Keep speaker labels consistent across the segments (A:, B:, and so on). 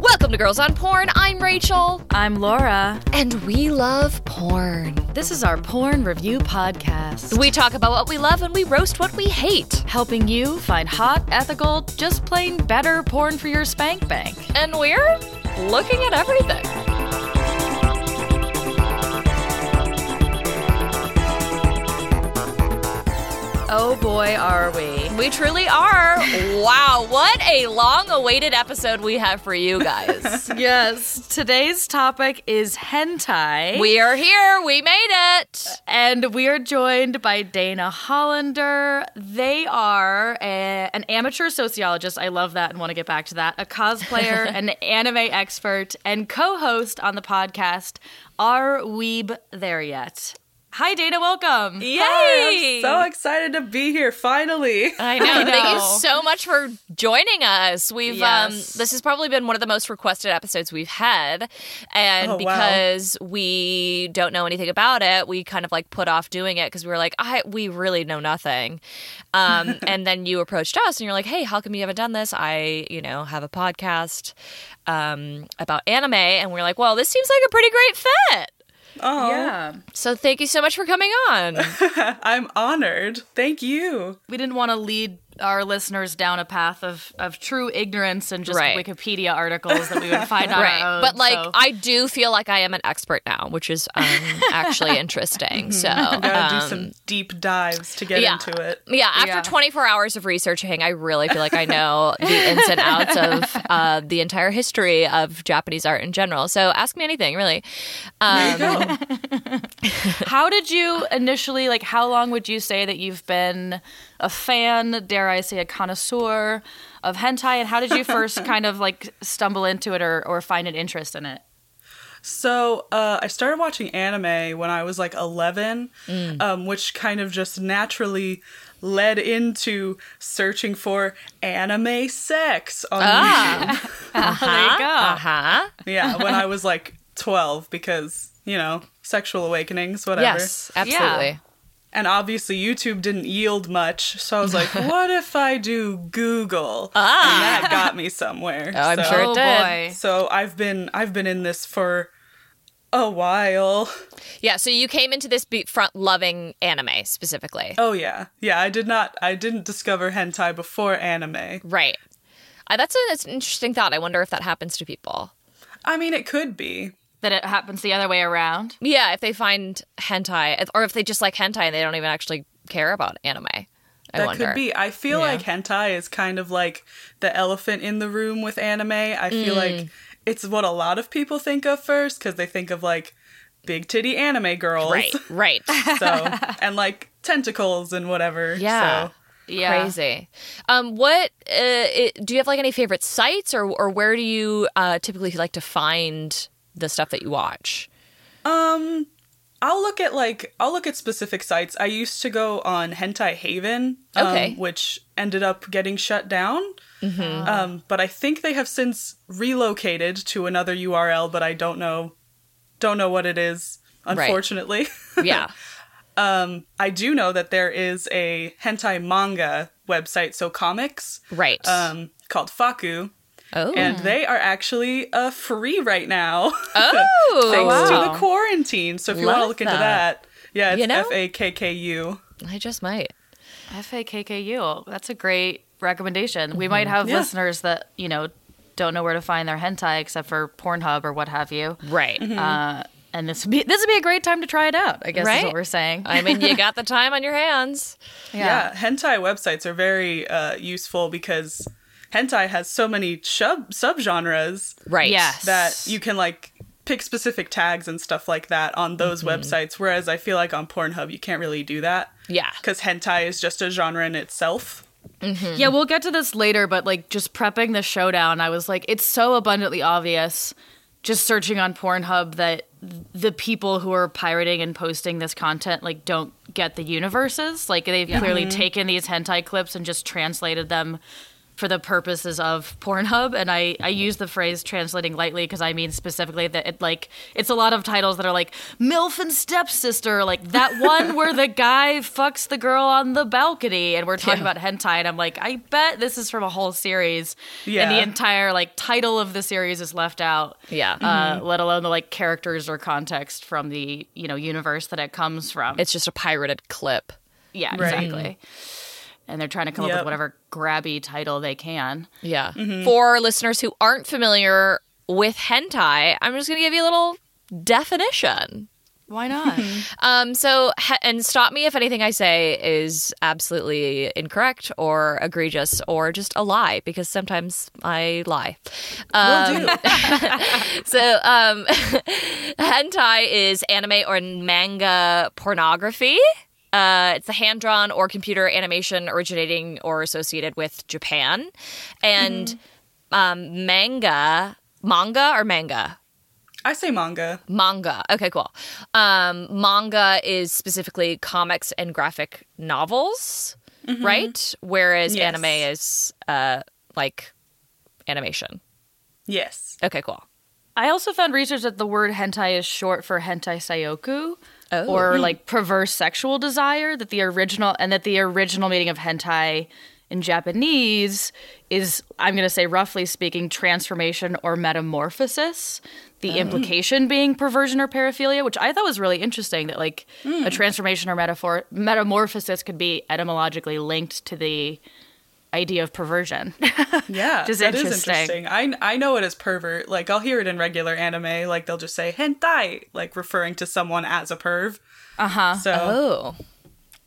A: Welcome to Girls on Porn. I'm Rachel,
B: I'm Laura.
A: and we love porn.
B: This is our porn review podcast.
A: We talk about what we love and we roast what we hate.
B: helping you find hot, ethical, just plain better porn for your spank bank.
A: And we're looking at everything.
B: Oh boy, are we.
A: We truly are. Wow, what a long awaited episode we have for you guys.
B: Yes, today's topic is hentai.
A: we are here. We made it.
B: and we are joined by Dana Hollander. They are a- an amateur sociologist. I love that and want to get back to that. A cosplayer, an anime expert, and co host on the podcast, Are Weeb There Yet? Hi, Dana. Welcome.
A: Yay.
C: So excited to be here finally.
B: I know.
A: Thank you so much for joining us. We've um
B: Yes.
A: this has probably been one of the most requested episodes we've had. And
C: Oh, wow.
A: because we don't know anything about it, we kind of like put off doing it because we were like, I we really know nothing. Um and then you approached us and you're like, Hey, how come you haven't done this? I, you know, have a podcast um about anime and we're like, Well, this seems like a pretty great fit.
C: Oh,
B: Yeah.
A: So thank you so much for coming on.
C: I'm honored. Thank you.
B: We didn't want to lead our listeners down a path of, of true ignorance and just
A: Right.
B: Wikipedia articles that we would find on
A: right
B: our own.
A: but like
B: so-
A: i do feel like i am an expert now which is um, actually interesting
B: Mm-hmm.
A: so
C: Gotta do
A: um,
C: some deep dives to get
A: yeah.
C: into it.
A: yeah after
B: Yeah.
A: 24 hours of researching i really feel like i know the ins and outs of uh, the entire history of japanese art in general so ask me anything really um,
B: how did you initially like? How long would you say that you've been a fan? Dare I say a connoisseur of hentai? And how did you first kind of like stumble into it or, or find an interest in it?
C: So uh, I started watching anime when I was like 11,
A: Mm.
C: um, which kind of just naturally led into searching for anime sex on
A: Ah.
C: YouTube.
B: There you go.
A: uh-huh
C: Yeah, when I was like 12 because, you know, sexual awakenings, whatever.
A: yes absolutely
C: And obviously, YouTube didn't yield much, so I was like, "What if I do Google?" And that got me somewhere.
A: Ah. oh i'm
C: so,
A: sure
B: Oh,
A: it did
B: boy.
C: So I've been I've been in this for a while.
A: yeah so you came into this beat front loving anime specifically
C: Oh yeah, yeah. I did not I didn't discover hentai before anime.
A: right uh, that's, a, that's an interesting thought i wonder if that happens to people
C: I mean, it could be.
B: That it happens the other way around.
A: Yeah, if they find hentai, if- or if they just like hentai and they don't even actually care about anime. I
C: that
A: wonder.
C: could be. I feel
A: Yeah.
C: like hentai is kind of like the elephant in the room with anime. I
A: Mm.
C: feel like it's what a lot of people think of first because they think of like big titty anime girls.
A: Right, right.
C: so and like tentacles and whatever.
A: Yeah.
C: So
B: Yeah.
A: Crazy. Um, what uh, it, do you have like any favorite sites, or or where do you uh, typically like to find the stuff that you watch?
C: I'll look at like I'll look at specific sites. I used to go on Hentai Haven, um,
A: Okay.
C: which ended up getting shut down. Mm-hmm. Um, but I think they have since relocated to another URL, but I don't know don't know what it is. Unfortunately,
A: Yeah.
C: I do know that there is a hentai manga website, so comics,
A: Right.
C: um, called Faku,
A: oh.
C: and they are actually uh, free right now.
A: oh.
C: thanks
A: wow.
C: to the quarantine. So if you want to
A: Love
C: look into
A: that.
C: that, yeah,
A: You
C: it's
A: know?
C: F A K K U.
A: I just might.
B: FAKKU. That's a great recommendation. We might have
C: Yeah.
B: listeners that, you know, don't know where to find their hentai except for Pornhub or what have you.
A: Right.
B: Uh, and this would be this would be a great time to try it out, I guess is
A: Right?
B: what we're saying.
A: I mean, you got the time on your hands.
C: Yeah. hentai websites are very uh, useful because hentai has so many sub subgenres
A: Right.
B: Yes.
C: that you can like pick specific tags and stuff like that on those
A: Mm-hmm.
C: websites whereas i feel like on pornhub you can't really do that
A: Yeah.
C: because hentai is just a genre in itself
B: Yeah, we'll get to this later, but like just prepping the showdown, I was like, it's so abundantly obvious just searching on Pornhub that the people who are pirating and posting this content like don't get the universes. Like they've clearly taken these hentai clips and just translated them for the purposes of Pornhub. And I, I use the phrase translating lightly because I mean specifically that it like it's a lot of titles that are like MILF and stepsister, like that one where the guy fucks the girl on the balcony and we're talking about hentai and I'm like, I bet this is from a whole series.
C: Yeah.
B: And the entire like title of the series is left out.
A: Yeah.
B: Uh, let alone the like characters or context from the, you know, universe that it comes from.
A: It's just a pirated clip.
B: yeah,
C: Right.
B: exactly. And they're trying to come up
C: Yep.
B: with whatever grabby title they can.
A: Yeah. For listeners who aren't familiar with hentai, I'm just going to give you a little definition.
B: Why not?
A: Um, so, he- and stop me if anything I say is absolutely incorrect or egregious or just a lie, because sometimes I lie.
C: Oh,
A: Um, so, um, hentai is anime or manga pornography. Uh, it's the hand drawn or computer animation originating or associated with Japan. And um, manga, manga or manga?
C: i say manga
A: manga. Okay, cool. Um, manga is specifically comics and graphic novels, right? Whereas
C: Yes.
A: anime is uh, like animation.
C: yes
A: Okay, cool.
B: I also found research that the word hentai is short for hentai sayoku.
A: Oh.
B: Or like perverse sexual desire that the original and that the original meaning of hentai in Japanese is I'm going to say roughly speaking transformation or metamorphosis the implication being perversion or paraphilia which I thought was really interesting that like a transformation or metaphor metamorphosis could be etymologically linked to the idea of perversion
C: yeah
B: Just
C: that is
B: interesting.
C: interesting I, I know it as pervert like i'll hear it in regular anime like they'll just say hentai like referring to someone as a perv uh-huh so
A: Oh,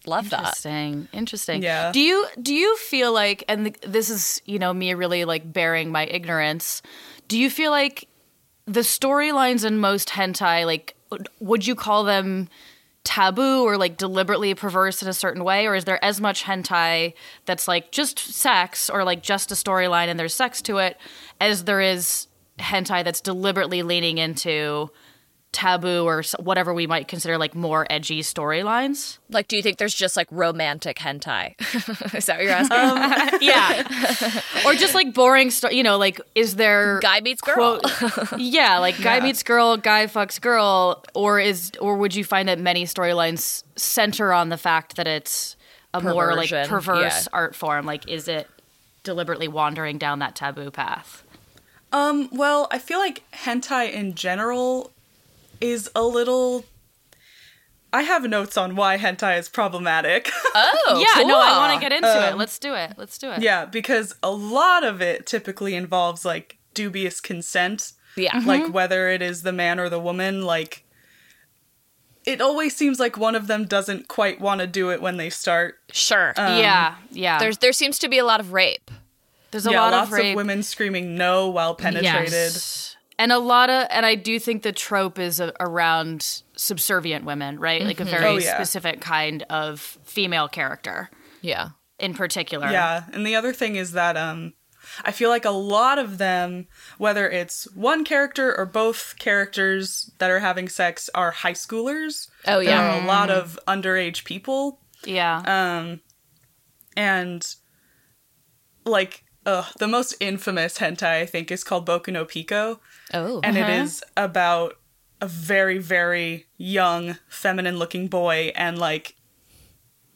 A: love that.
B: Interesting. Interesting.
C: Yeah.
B: Do you do you feel like and th this is, you know, me really like bearing my ignorance. Do you feel like the storylines in most hentai like would- would you call them taboo or like deliberately perverse in a certain way or is there as much hentai that's like just sex or like just a storyline and there's sex to it as there is hentai that's deliberately leaning into taboo or s- whatever we might consider like more edgy storylines
A: Like, do you think there's just like romantic hentai? is that what you're asking? Um,
B: yeah or just like boring stuff you know like is there
A: Guy meets girl.
B: quote- yeah like guy meets girl guy fucks girl or is or would you find that many storylines center on the fact that it's a more like
A: Perversion,
B: perverse
A: yeah.
B: art form like is it deliberately wandering down that taboo path
C: Um, well, I feel like hentai in general is a little. I have notes on why hentai is problematic.
A: oh,
B: yeah no i
A: cool. Um,
B: want to get into it let's do it let's do it
C: yeah, because a lot of it typically involves like dubious consent.
A: Yeah.
B: Mm-hmm.
C: Like whether it is the man or the woman, like it always seems like one of them doesn't quite want to do it when they start. Um,
A: Sure.
B: yeah yeah
A: there's there seems to be a lot of rape.
B: there's a
C: yeah,
B: lot
C: lots
B: of, rape.
C: women screaming no while penetrated.
B: Yes. And a lot of, and I do think the trope is a, around subservient women, right? Like a very
C: Oh, yeah.
B: specific kind of female character
A: Yeah.
B: in particular.
C: Yeah, and the other thing is that um I feel like a lot of them, whether it's one character or both characters that are having sex, are high schoolers.
A: Oh,
C: There
A: yeah.
C: are a lot of underage people,
B: Yeah.
C: Um, and like uh, the most infamous hentai I think is called Boku no Pico,
A: Oh.
C: and it is about a very very young feminine looking boy and like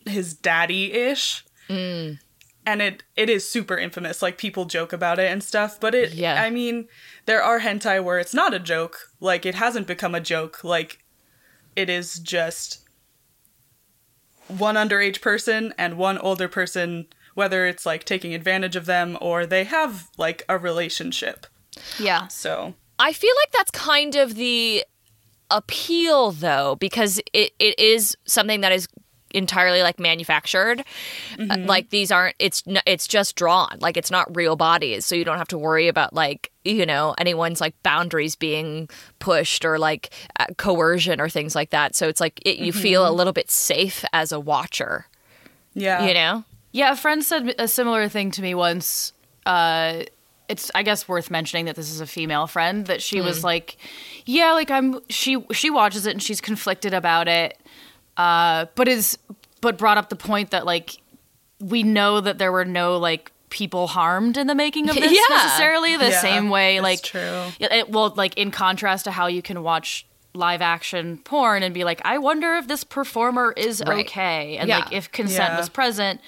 C: his daddy ish
A: Mm.
C: and it it is super infamous like people joke about it and stuff but it
A: Yeah.
C: i mean there are hentai where it's not a joke like it hasn't become a joke like it is just one underage person and one older person whether it's like taking advantage of them or they have like a relationship
B: yeah.
C: so
A: I feel like that's kind of the appeal though because it, it is something that is entirely like manufactured. Uh, Like these aren't. It's n- it's just drawn. Like it's not real bodies, so you don't have to worry about like you know anyone's like boundaries being pushed or like uh, coercion or things like that. So it's like it, you feel a little bit safe as a watcher.
C: Yeah.
A: You know.
B: Yeah, a friend said a similar thing to me once. Uh, it's I guess worth mentioning that this is a female friend that she
A: Hmm.
B: was like, yeah, like I'm. She she watches it and she's conflicted about it, uh, but is but brought up the point that like we know that there were no like people harmed in the making of this
A: Yeah.
B: necessarily the
C: Yeah,
B: same way
C: that's
B: like
C: true.
B: it, it- well like in contrast to how you can watch live action porn and be like i wonder if this performer is
A: Right.
B: okay and
A: Yeah. Mm-hmm.
B: like if consent
C: Yeah.
B: was present.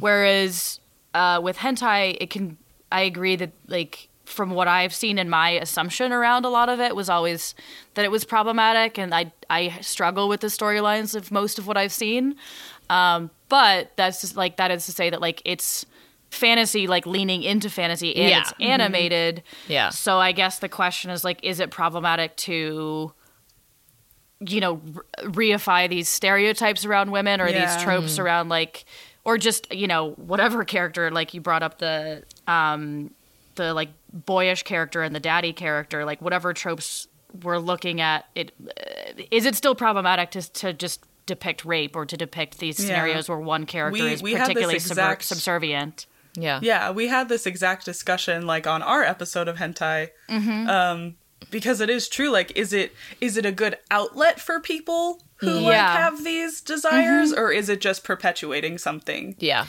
B: Whereas uh, with hentai, it can. I agree that like from what I've seen and my assumption around a lot of it was always that it was problematic, and I I struggle with the storylines of most of what I've seen. Um, but that's just like that is to say that like it's fantasy like leaning into fantasy and
A: Yeah. Mm-hmm.
B: it's animated
A: Yeah.
B: so i guess the question is like is it problematic to you know re- reify these stereotypes around women or
C: Yeah. Mm-hmm.
B: these tropes around like or just you know whatever character like you brought up the um the like boyish character and the daddy character like whatever tropes we're looking at it uh, is it still problematic to to just depict rape or to depict these
C: Yeah.
B: scenarios where one character
C: We-
B: is
C: we had this
B: particularly subver-
C: exact-
B: subservient
A: Yeah.
C: Yeah, we had this exact discussion like on our episode of hentai. Um
A: Mm-hmm.
C: because it is true like is it is it a good outlet for people who like
B: Yeah.
C: have these desires or is it just perpetuating something?
A: Mm-hmm. Yeah.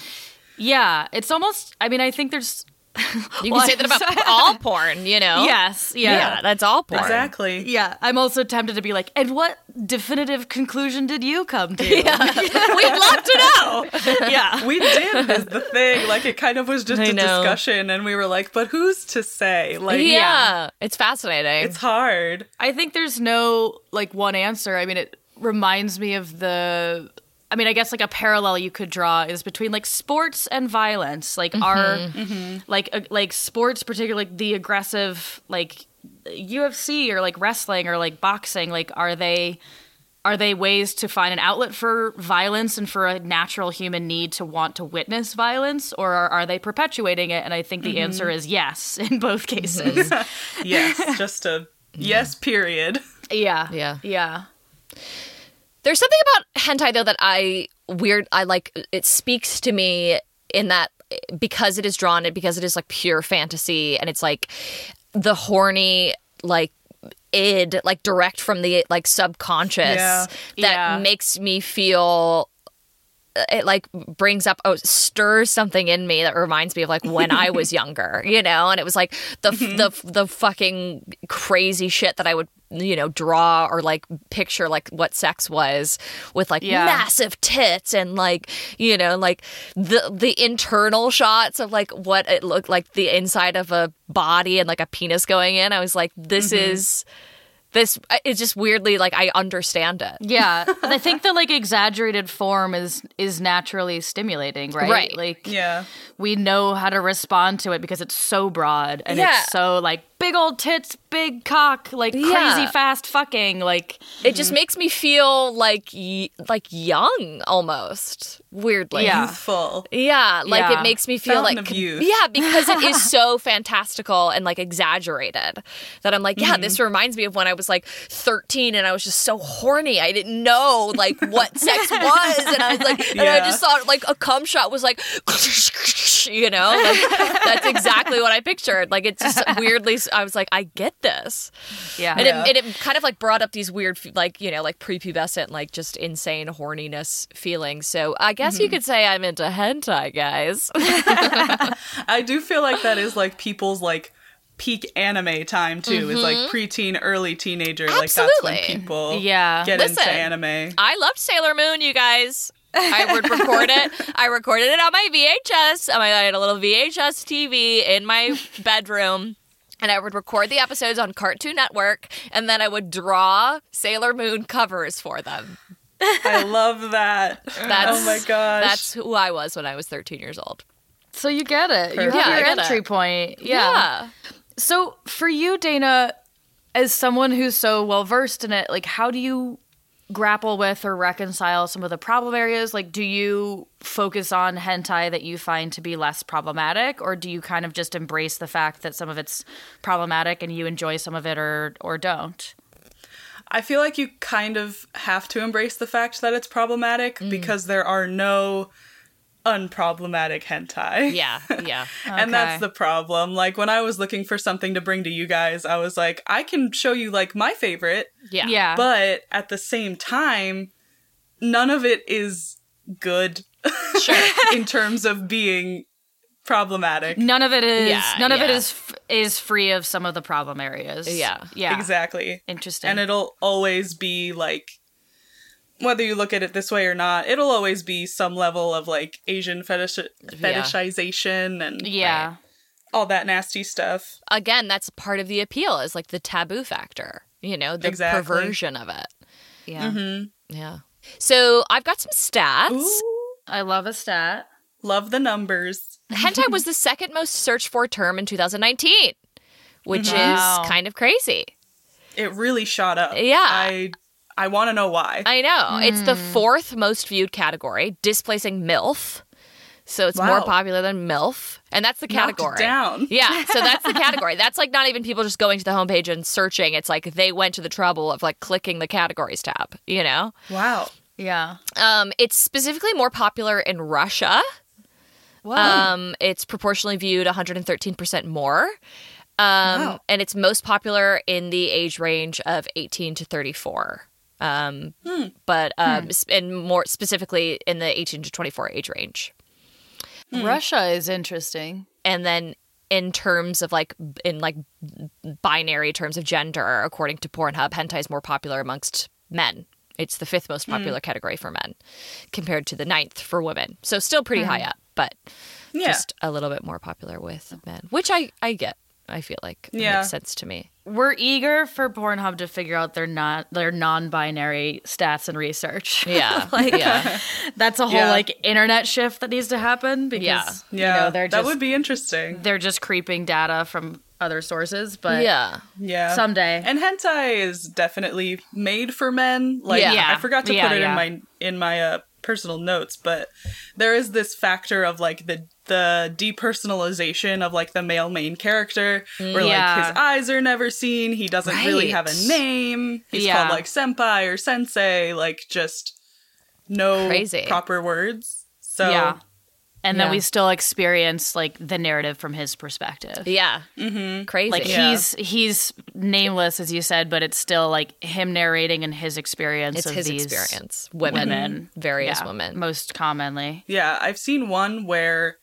B: yeah it's almost i mean i think there's
A: You can
B: Well,
A: say that about all porn, you know?
B: yes
A: Yeah,
B: yeah
A: that's all porn.
C: Exactly.
B: Yeah, I'm also tempted to be like, and what definitive conclusion did you come to?
A: We'd love to know.
B: yeah.
C: We did is the thing. Like it kind of was just
A: I
C: a
A: know.
C: discussion and we were like, but who's to say? Like
A: yeah. It's fascinating.
C: it's hard.
B: I think there's no like one answer. I mean, it reminds me of the. I mean, I guess like a parallel you could draw is between like sports and violence. Like our, like uh, like sports, particularly like, the aggressive like UFC or like wrestling or like boxing. Like, are they? are they ways to find an outlet for violence and for a natural human need to want to witness violence or are, are they perpetuating it and i think the answer is yes in both cases
C: Yes, just a yes period.
B: yeah
A: Yeah.
B: yeah
A: There's something about hentai though that I weird I like it speaks to me in that because it is drawn and because it is like pure fantasy and it's like the horny like id like direct from the like subconscious
C: Yeah.
A: that
B: Yeah.
A: makes me feel it like brings up oh stirs something in me that reminds me of like when I was younger, you know, and it was like the the the fucking crazy shit that I would you know draw or like picture like what sex was with like
B: Yeah.
A: massive tits and like you know like the the internal shots of like what it looked like the inside of a body and like a penis going in. I was like this is this uh, it's just weirdly like I understand it.
B: yeah i think the like exaggerated form is is naturally stimulating right
A: Right.
B: like
C: Yeah.
B: we know how to respond to it because it's so broad and
A: Yeah.
B: it's so like big old tits big cock like
A: Yeah.
B: crazy fast fucking like
A: It just makes me feel like y- like young almost weirdly.
B: Yeah.
C: Youthful.
A: Yeah, like
B: Yeah.
A: it makes me feel
C: Fountain
A: like
C: of youth.
A: yeah, because it is so fantastical and like exaggerated that I'm like, yeah, this reminds me of when I was like 13 and I was just so horny. I didn't know like what sex was and I was like and I
C: Yeah.
A: just thought like a cum shot was like you know, like, that's exactly what I pictured. Like it just weirdly I was like I get this.
B: yeah
A: And, it, and it kind of like brought up these weird, f- like, you know, like prepubescent, like just insane horniness feelings. So I guess you could say I'm into hentai, guys.
C: I do feel like that is like people's like peak anime time too. Is like preteen, early teenager. Like that's
A: Mm-hmm. Absolutely.
C: when people
B: Yeah.
C: get
A: Listen.
C: into anime.
A: I loved Sailor Moon, you guys. I would record it. I recorded it on my VHS. Oh my God, I had a little VHS TV in my bedroom. And I would record the episodes on Cartoon Network, and then I would draw Sailor Moon covers for them.
C: I love that.
A: That's
C: oh my gosh.
A: That's who I was when I was 13 years old.
B: so you get it you
C: Perfect.
B: have
A: Yeah, I
B: your
A: get
B: entry
A: it.
B: point yeah. So for you, Dana, as someone who's so well versed in it, like how do you grapple with or reconcile some of the problem areas? Like, do you focus on hentai that you find to be less problematic, or do you kind of just embrace the fact that some of it's problematic and you enjoy some of it or or don't?
C: I feel like you kind of have to embrace the fact that it's problematic
A: Mm.
C: because there are no unproblematic hentai.
A: Yeah, yeah.
C: And that's the problem. Like when I was looking for something to bring to you guys, I was like, I can show you like my favorite,
A: Yeah.
B: Yeah.
C: but at the same time, none of it is good in terms of being problematic.
B: None of it is.
A: Yeah,
B: none of it
A: yeah.
B: is f- is free of some of the problem areas.
A: Yeah.
B: yeah,
C: Exactly.
B: Interesting.
C: And it'll always be like whether you look at it this way or not, it'll always be some level of like Asian fetish- fetishization and
B: yeah,
C: all that nasty stuff.
A: Again, that's part of the appeal is like the taboo factor, you know, the
C: Exactly.
A: perversion of it.
B: yeah.
A: Mm-hmm. Yeah. So I've got some stats.
B: I love a stat.
C: Love the numbers.
A: Hentai was the second most searched for term in 2019, which
C: Mm-hmm.
B: Wow.
A: is kind of crazy.
C: It really shot up.
A: Yeah.
C: I I want to know why.
A: I know. It's the fourth most viewed category, displacing MILF. So it's more
C: Wow.
A: popular than MILF. And that's the
C: Knocked
A: category.
C: down.
A: Yeah, so that's the category. That's like not even people just going to the homepage and searching. It's like they went to the trouble of like clicking the categories tab, you know?
C: Wow.
B: Yeah.
A: Um, it's specifically more popular in Russia. Um, it's proportionally viewed 113% more. Um, And it's most popular in the age range of 18 to 34. Um, But um, s- and more specifically in the 18 to 24 age range.
B: Russia is interesting.
A: And then in terms of like b- in like b- binary terms of gender, according to Pornhub, hentai is more popular amongst men. It's the fifth
B: Hmm.
A: most popular category for men, compared to the ninth for women. So still pretty high
B: Hmm.
A: up, but
C: Yeah.
A: just a little bit more popular with men, which I I get. I feel like it
C: Yeah.
A: makes sense to me.
B: We're eager for Pornhub to figure out their non their non binary stats and research.
A: Yeah, like, yeah,
B: That's a whole
C: Yeah.
B: like internet shift that needs to happen because
A: Yeah.
C: yeah.
B: you know they're
C: that
B: just
C: would be interesting.
B: they're just creeping data from other sources, but
A: yeah.
C: Yeah.
B: someday.
C: And hentai is definitely made for men. Like
B: Yeah.
C: I forgot to
B: Yeah,
C: put it
B: yeah.
C: in my in my uh, personal notes, but there is this factor of like the the depersonalization of like the male main character where
B: Yeah.
C: like his eyes are never seen, he doesn't really have a
A: Right.
C: name. He's
B: Yeah.
C: called like senpai or sensei, like just no
A: Crazy.
C: proper words. So
B: yeah. And then
A: Yeah.
B: we still experience like the narrative from his perspective.
A: Yeah. Mm-hmm. Crazy.
B: Like
C: Yeah.
B: he's he's nameless as you said, but it's still like him narrating and his experience
A: it's
B: of
A: his
B: these
A: experience. Women,
B: women.
A: various
B: Yeah,
A: women.
B: most commonly.
C: Yeah, I've seen one where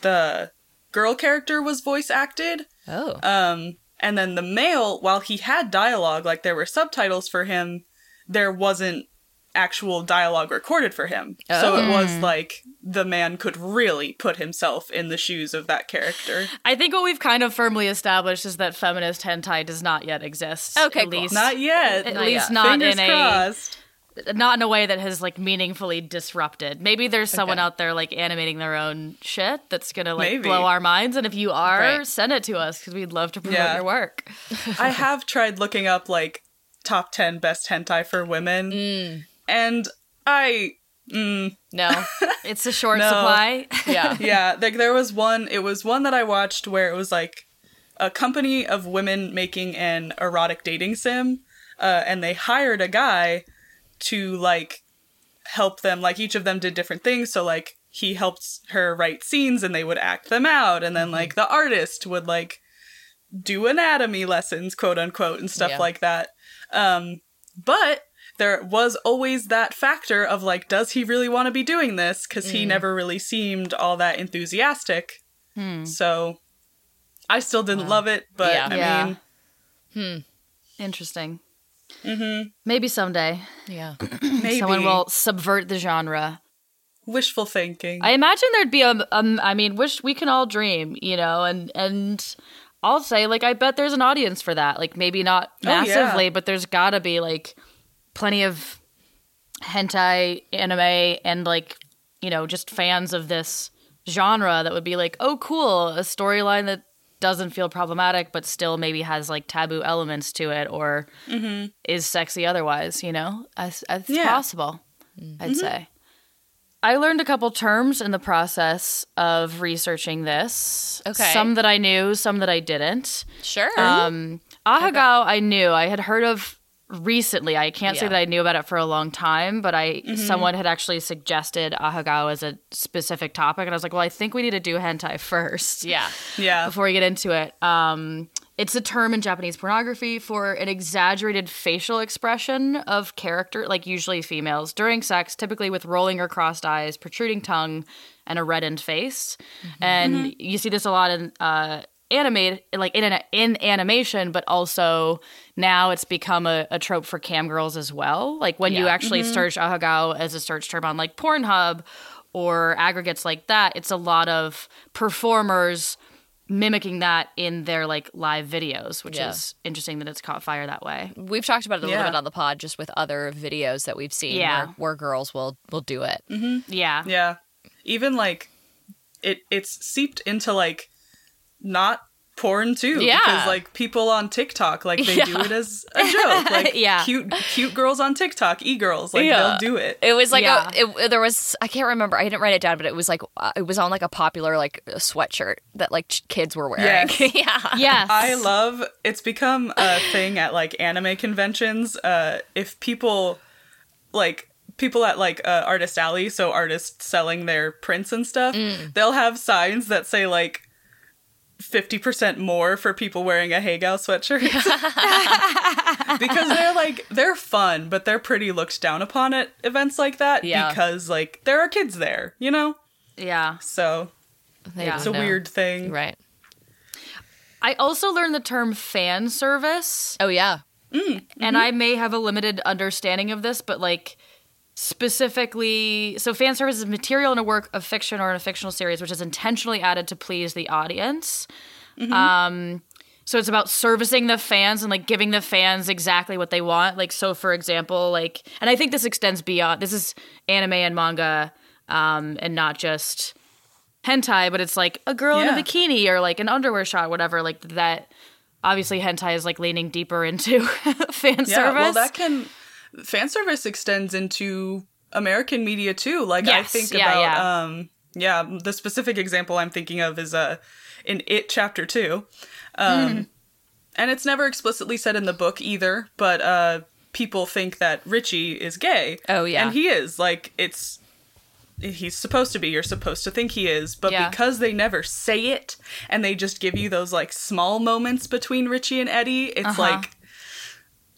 C: the girl character was voice acted
A: oh,
B: Uh,
C: Um, and then the male, while he had dialogue, like there were subtitles for him, there wasn't actual dialogue recorded for him. So it was like the man could really put himself in the shoes of that character.
B: I think what we've kind of firmly established is that feminist hentai does not yet exist.
A: Okay,
B: at
A: cool.
B: least
C: Not yet.
B: at
C: Like,
B: least
A: yet.
B: not
C: Fingers
B: in a
C: crossed.
B: not in a way that has like meaningfully disrupted. Maybe there's someone
A: Okay.
B: out there like animating their own shit that's gonna like
C: Maybe.
B: blow our minds. And if you are,
A: Right.
B: send it to us because we'd love to promote
C: Yeah.
B: your work.
C: I have tried looking up like top 10 best hentai for women. And I
A: no.
B: It's a short
C: No.
B: supply.
A: Yeah.
C: yeah, like there was one. It was one that I watched where it was like a company of women making an erotic dating sim, uh, and they hired a guy to like help them. Like each of them did different things. So like he helped her write scenes, and they would act them out, and then
A: Mm-hmm.
C: like the artist would like do anatomy lessons, quote unquote, and stuff
A: Yeah.
C: like that. Um, but there was always that factor of like, does he really want to be doing this? Because
A: Mm.
C: he never really seemed all that enthusiastic. So I still didn't love it, but
A: Hmm. Yeah.
C: I
B: Yeah.
C: mean,
B: Interesting. Maybe someday
A: Yeah.
C: Mm-hmm. maybe
B: someone will subvert the genre.
C: wishful thinking.
B: I imagine there'd be a. Um, I mean, wish we can all dream, you know, and and I'll say like I bet there's an audience for that. Like maybe not
C: Oh, yeah.
B: massively, but there's gotta be like plenty of hentai anime and like you know just fans of this genre that would be like, oh, cool, a storyline that doesn't feel problematic, but still maybe has like taboo elements to it or is sexy otherwise, you know? As, as
C: Mm-hmm. Yeah. Mm-hmm.
B: possible, I'd say. I learned a couple terms in the process of researching this.
A: Okay.
B: Some that I knew, some that I didn't.
A: Sure.
B: Um, ahagao, I knew. I had heard of recently. I can't say
A: Yeah. Mm-hmm.
B: that I knew about it for a long time, but I someone had actually suggested ahagao as a specific topic, and I was like, well, I think we need to do hentai first
A: yeah.
C: Yeah.
B: before we get into it. Um, it's a term in Japanese pornography for an exaggerated facial expression of character, like usually females, during sex, typically with rolling or crossed eyes, protruding tongue, and a reddened face. And you see this a lot in uh, animated, like in an, in animation, but also now it's become a, a trope for cam girls as well. Like when you
A: Yeah.
B: actually search ahagao as a search term on like Pornhub or aggregates like that, it's a lot of performers mimicking that in their like live videos, which
A: Yeah. Mm.
B: is interesting that it's caught fire that way.
A: We've talked about it a
C: Yeah.
A: little bit on the pod, just with other videos that we've seen
B: Yeah.
A: where, where girls will will do it.
B: Yeah.
C: Yeah. Even like it it's seeped into like not porn too.
A: Yeah.
C: Because like people on TikTok, like they do
A: Yeah.
C: it as a joke. Like
B: Yeah.
C: cute cute girls on TikTok, e girls, like
A: Yeah.
C: they'll do it.
A: It was like
B: Yeah.
A: a, it, there was I can't remember. I didn't write it down, but it was like uh, it was on like a popular like sweatshirt that like ch- kids were wearing.
C: Yes.
A: yeah.
B: Yes.
C: I love it's become a thing at like anime conventions. Uh if people like people at like uh, artist alley so artists selling their prints and stuff
A: Mm.
C: they'll have signs that say like 50% more for people wearing a Hagao sweatshirt because they're like they're fun but they're pretty looked down upon at events like that
A: Yeah.
C: because like there are kids there you know
B: yeah.
C: so
A: They
B: Yeah.
C: it's a
A: don't know.
C: weird thing
A: Right.
B: I also learned the term fan service,
A: Oh yeah.
B: and I may have a limited understanding of this, but like specifically, so fan service is material in a work of fiction or in a fictional series which is intentionally added to please the audience.
C: Mm-hmm.
B: Um, so it's about servicing the fans and like giving the fans exactly what they want. Like so, for example, like and I think this extends beyond. This is anime and manga, um, and not just hentai. But it's like a girl in
C: Yeah.
B: a bikini or like an underwear shot, whatever. Like that. Obviously, hentai is like leaning deeper into fan
C: yeah
B: service.
C: well that can fan service extends into american media too like i
B: Yes,
C: think
B: yeah,
C: about
B: yeah.
C: um yeah the specific example i'm thinking of is uh in it chapter 2 um
B: Hmm.
C: and it's never explicitly said in the book either but uh people think that richie is gay
A: Oh, yeah.
C: and he is like it's he's supposed to be you're supposed to think he is but
B: Yeah.
C: because they never say it and they just give you those like small moments between richie and eddie it's
B: Uh-huh.
C: like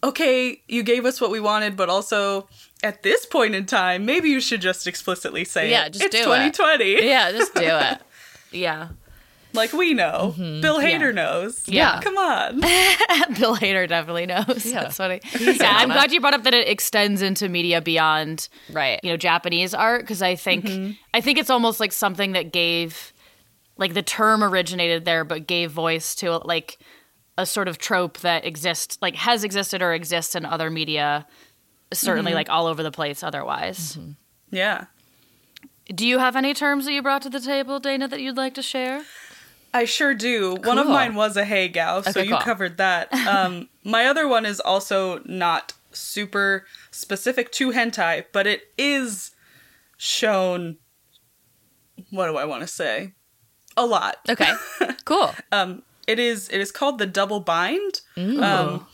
C: okay, you gave us what we wanted, but also at this point in time, maybe you should just explicitly say,
A: Yeah,
C: it.
A: just
C: it's
A: do it.
C: 2020.
A: Yeah. Just do it.
B: yeah,
C: Like we know, Bill Hader knows.
A: Mm-hmm. Yeah.
C: come on.
B: Bill Hader definitely knows.
A: Yeah.
B: That's funny. Yeah, I'm glad you brought up that it extends into media beyond
A: right.
B: you know Japanese art because I think I think it's almost like something that gave like the term originated there but gave voice to like a sort of trope that exists like has existed or exists in other media certainly like all over the place otherwise.
C: yeah,
B: Do you have any terms that you brought to the table Dana that you'd like to share?
C: I sure do. One of
A: Cool.
C: mine was a hey gal, so
A: Okay,
C: you
A: cool.
C: covered that. Um, my other one is also not super specific to hentai, but it is shown. What do I want to say? A lot.
A: Okay. Cool.
C: Um, it is it is called the double bind. Um,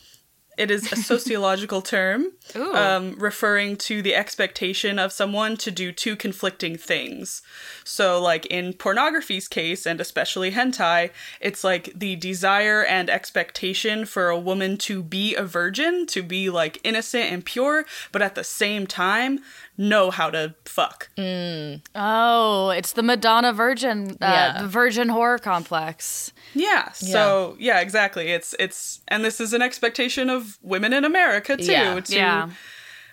C: it is a sociological term
B: Ooh.
C: um, referring to the expectation of someone to do two conflicting things. So, like in pornography's case, and especially hentai, it's like the desire and expectation for a woman to be a virgin, to be like innocent and pure, but at the same time, know how to fuck.
B: Oh, it's the Madonna Virgin uh,
A: Yeah.
B: the Virgin horror complex.
C: Yeah. So yeah, exactly. It's it's and this is an expectation of women in America too
A: Yeah.
C: to
B: Yeah.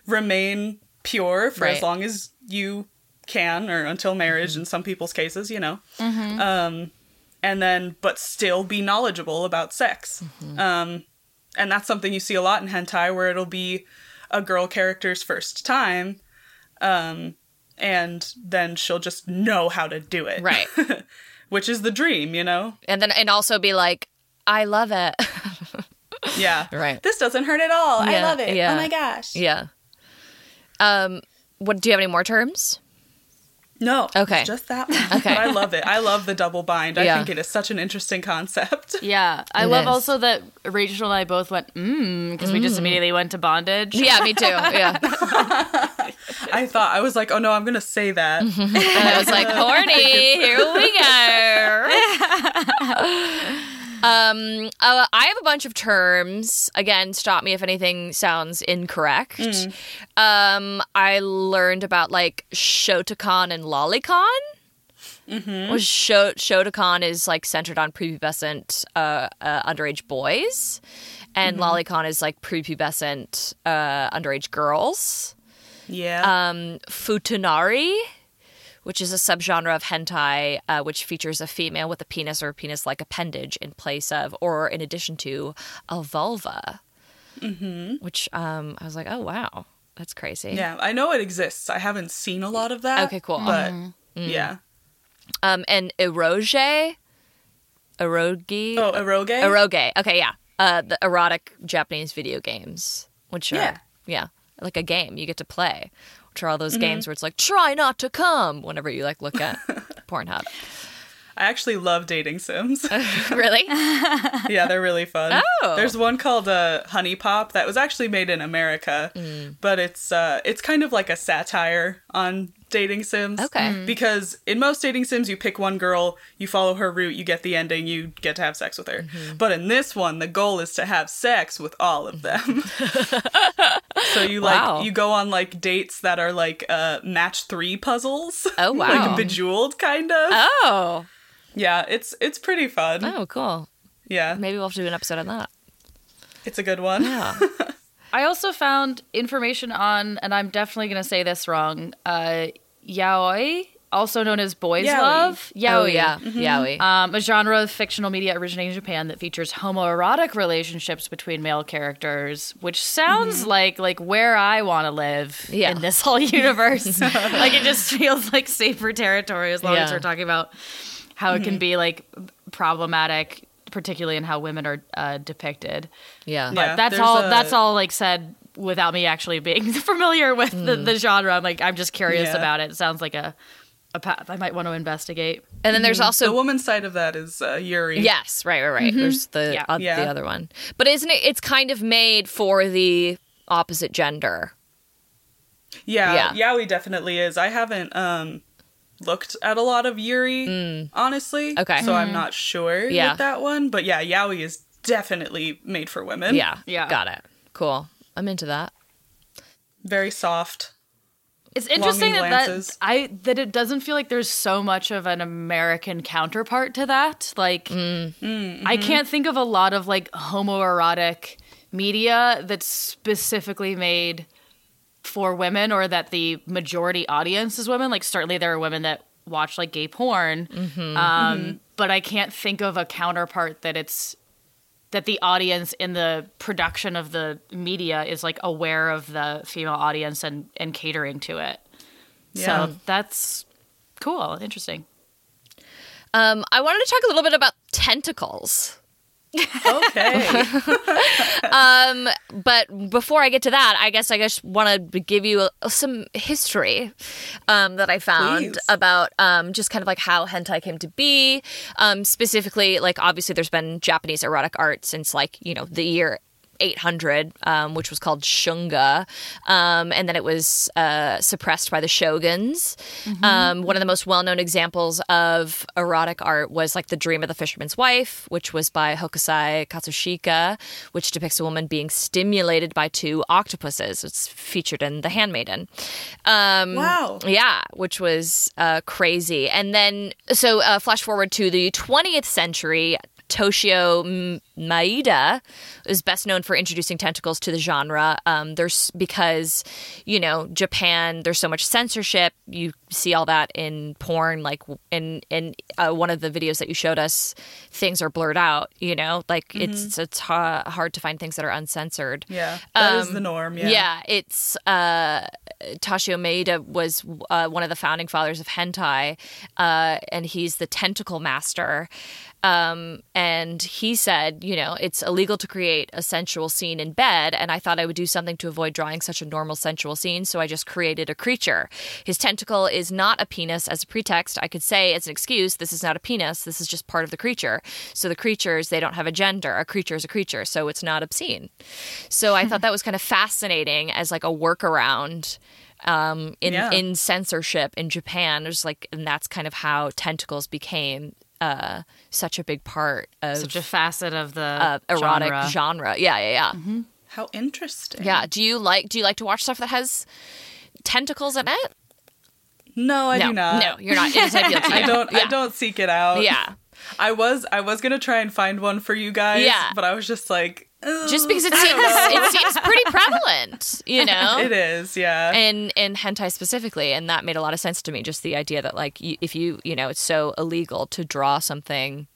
C: remain pure for as
A: Right. Mm-hmm.
C: long as you can or until marriage in some people's cases, you know. Um and then but still be knowledgeable about sex.
A: Mm-hmm.
C: Um and that's something you see a lot in hentai where it'll be a girl character's first time um and then she'll just know how to do it
A: Right.
C: which is the dream, you know?
A: and then and also be like, I love it.
C: Yeah.
A: Right.
C: This doesn't hurt at all. I
A: Yeah,
C: love it.
A: yeah.
C: Oh my gosh.
A: yeah. Um. What do you have any more terms?
C: No.
A: Okay.
C: Just that one.
A: Okay.
C: But I love it. I love the double bind. I
A: Yeah.
C: think it is such an interesting concept.
B: Yeah, I
A: It
B: love
A: is. Mm.
B: also that Rachel and I both went mmm because we just immediately went to bondage.
A: Yeah, me too. Yeah,
C: I thought I was like, oh no, I'm gonna say that.
A: and I was like, horny. Here we go. um, uh, I have a bunch of terms. Again, stop me if anything sounds incorrect. Um, I learned about like Shotokan and Lolicon. Mm-hmm. Shotokan is like centered on prepubescent uh, uh, underage boys, and Lolicon is like prepubescent uh, underage girls
C: Yeah.
A: um, futanari, which is a subgenre of hentai uh, which features a female with a penis or penis like appendage in place of or in addition to a vulva. Mm-hmm. Which um, I was like, oh, wow, that's crazy.
C: yeah. I know it exists. I haven't seen a lot of that.
A: Okay, cool. Mm-hmm.
C: But yeah.
A: Um, and eroge, erogi,
C: Oh, eroge.
A: eroge. Okay, yeah. Uh, the erotic Japanese video games, which are,
C: Yeah.
A: yeah. like a game you get to play, which are all those games where it's like, try not to come whenever you like look at Pornhub.
C: I actually love dating sims.
A: really?
C: yeah, they're really fun.
A: Oh.
C: There's one called uh, Honey Pop that was actually made in America,
A: Mm.
C: but it's uh, it's kind of like a satire on dating sims.
A: Okay. Mm.
C: Because in most dating sims, you pick one girl, you follow her route, you get the ending, you get to have sex with her.
A: Mm-hmm.
C: But in this one, the goal is to have sex with all of them. so you like
A: Wow.
C: you go on like dates that are like uh, match three puzzles.
A: Oh, wow.
C: like bejeweled kind of.
A: Oh.
C: Yeah, it's it's pretty fun.
A: Oh, cool.
C: Yeah,
A: Maybe we'll have to do an episode on that.
C: it's a good one.
A: Yeah.
B: I also found information on, and I'm definitely going to say this wrong, uh, yaoi, also known as boys
C: Yaoi.
B: love.
A: Oh, yeah. Yowie. Uh,
B: Um, a genre of fictional media originating in Japan that features homoerotic relationships between male characters, which sounds like like where I want to live
A: Mm-hmm. Yeah.
B: in this whole universe. like it just feels like safer territory as long as
A: Yeah. Mm-hmm.
B: we're talking about how it can be like problematic, particularly in how women are uh, depicted.
A: yeah.
C: Yeah.
B: That's
C: there's
B: all.
C: a-
B: That's all. Like said without me actually being familiar with the,
A: Mm.
B: the genre. I'm like I'm just curious
C: Yeah.
B: about it. It sounds like a a path I might want to investigate.
A: And then there's
C: Mm-hmm. The
A: also.
C: woman's side of that is uh, Yuri.
A: Yes, right, right, right. There's the
B: Yeah.
A: uh,
C: Yeah.
A: the other one, but isn't it? It's kind of made for the opposite gender.
C: Yeah,
A: Yeah.
C: Yaoi definitely is. I haven't um looked at a lot of Yuri, honestly.
A: Mm. Okay.
C: So I'm not sure
A: Yeah.
C: with that one. But yeah, Yaoi is definitely made for women.
A: Yeah,
B: Yeah.
A: got it. Cool. I'm into that.
C: Very soft.
B: It's interesting
C: Longing
B: that, that
C: glances.
B: I that it doesn't feel like there's so much of an American counterpart to that. Like Mm. mm-hmm. I can't think of a lot of like homoerotic media that's specifically made for women or that the majority audience is women. Like certainly there are women that watch like gay porn. Um,
C: Mm-hmm.
B: but I can't think of a counterpart that it's that the audience in the production of the media is like aware of the female audience and and catering to it.
C: Yeah.
B: So that's cool, interesting.
A: Um, I wanted to talk a little bit about tentacles.
C: Okay.
A: Um, but before I get to that, I guess I just want to give you a, some history um, that I found
C: Please.
A: about um, just kind of like how hentai came to be. Um, specifically, like obviously, there's been Japanese erotic art since like you know the year. 800, um, which was called shunga, um, and then it was uh, suppressed by the shoguns. Um, one of the most well-known examples of erotic art was like the Dream of the Fisherman's Wife, which was by Hokusai Katsushika, which depicts a woman being stimulated by two octopuses. It's featured in The Handmaiden. Um,
C: Wow.
A: yeah, which was uh, crazy. And then, so uh, flash forward to the 20th century, Toshio M- Maeda is best known for introducing tentacles to the genre. Um, there's because, you know, Japan, there's so much censorship. You see all that in porn, like in in uh, one of the videos that you showed us, things are blurred out. You know, like it's it's ha- hard to find things that are uncensored.
C: Yeah, that is
A: Um,
C: the norm. Yeah.
A: it's uh, Toshio Maeda was uh, one of the founding fathers of hentai, uh, and he's the tentacle master. Um, and he said, you know, it's illegal to create a sensual scene in bed, and I thought I would do something to avoid drawing such a normal sensual scene, so I just created a creature. His tentacle is not a penis as a pretext. I could say as an excuse, this is not a penis, this is just part of the creature. So the creatures, they don't have a gender. A creature is a creature, so it's not obscene. So I thought that was kind of fascinating as like a workaround um, in
C: Yeah.
A: in censorship in Japan. There's like, and that's kind of how tentacles became uh, such a big part of
B: Such a facet of the
A: uh, erotic genre.
B: genre.
A: Yeah, yeah, yeah,
C: How interesting.
A: yeah. Do you like Do you like to watch stuff that has tentacles in it?
C: No, I
A: no,
C: do not.
A: no, you're not. It doesn't appeal to you.
C: I don't. I don't seek it out.
A: Yeah.
C: I was. I was gonna try and find one for you guys.
A: Yeah.
C: But I was just like, "Ugh."
A: Just because it seems it seems pretty prevalent, you know.
C: it is. Yeah.
A: in in hentai specifically and that made a lot of sense to me just the idea that like you, if you you know it's so illegal to draw something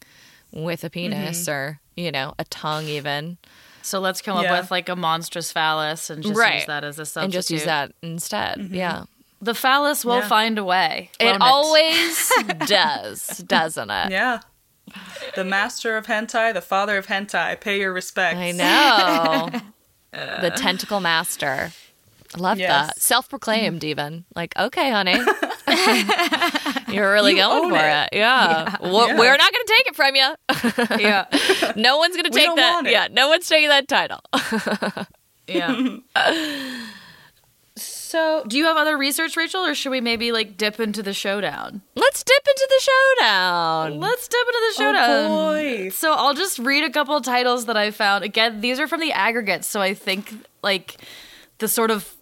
A: with a
C: Mm-hmm.
A: penis or you know a tongue even
B: So let's come
C: Yeah.
B: up with like a monstrous phallus and just
A: Right.
B: use that as a substitute.
A: and just use that instead
C: Mm-hmm.
A: yeah
B: The phallus will find a way.
A: it
B: won't
A: always does doesn't it
C: yeah. The master of hentai, the father of hentai. Pay your respects.
A: i know the tentacle master I love
C: Yes. Mm-hmm.
A: that self-proclaimed even like okay honey you're really going
C: own
A: for
C: it.
A: it, yeah, We're,
C: Yeah.
A: we're not going to take it from you
B: yeah.
A: No one's gonna
C: We
A: take
C: don't
A: that.
C: want it.
A: Yeah, no one's taking that title.
B: Yeah. so, do you have other research, Rachel, or should we maybe like dip into the showdown?
A: Let's dip into the showdown.
B: Let's dip into the showdown.
C: Oh boy.
B: So I'll just read a couple of titles that I found. Again, these are from the aggregates, so I think like the sort of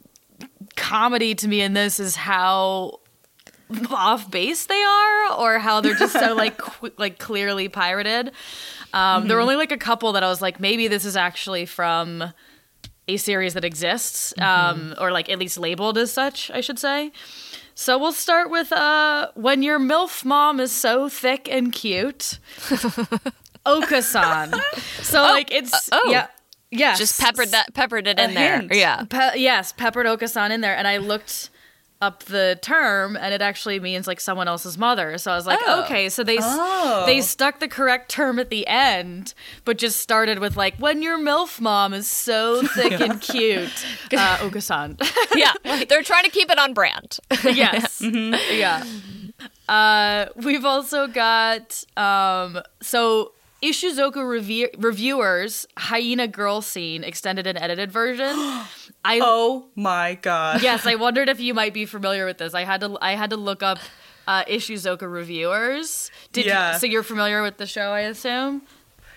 B: comedy to me in this is how off base they are, or how they're just so like qu- like clearly pirated. Um,
A: Mm-hmm.
B: There were only like a couple that I was like, maybe this is actually from a series that exists,
A: Mm-hmm.
B: um, or like at least labeled as such, I should say. So we'll start with uh, when your MILF mom is so thick and cute. Okasan. So like it's
A: uh, oh.
B: yeah. Yes.
A: Just peppered that peppered it in there.
C: hint.
A: Yeah.
B: Pe- yes, peppered Okasan in there and I looked up the term and it actually means like someone else's mother. So I was like,
A: Oh.
B: okay, so they s-
C: Oh.
B: they stuck the correct term at the end, but just started with like when your MILF mom is so thick and cute. Uh Okasan.
A: Yeah. They're trying to keep it on brand.
B: yes.
A: Mm-hmm.
B: Yeah. Uh, we've also got um, so Ishizuka review- reviewers hyena girl scene extended and edited version. I
C: Oh my god.
B: yes, I wondered if you might be familiar with this. I had to I had to look up uh, Ishizuka reviewers. Did
C: Yeah.
B: you, so you're familiar with the show, I assume.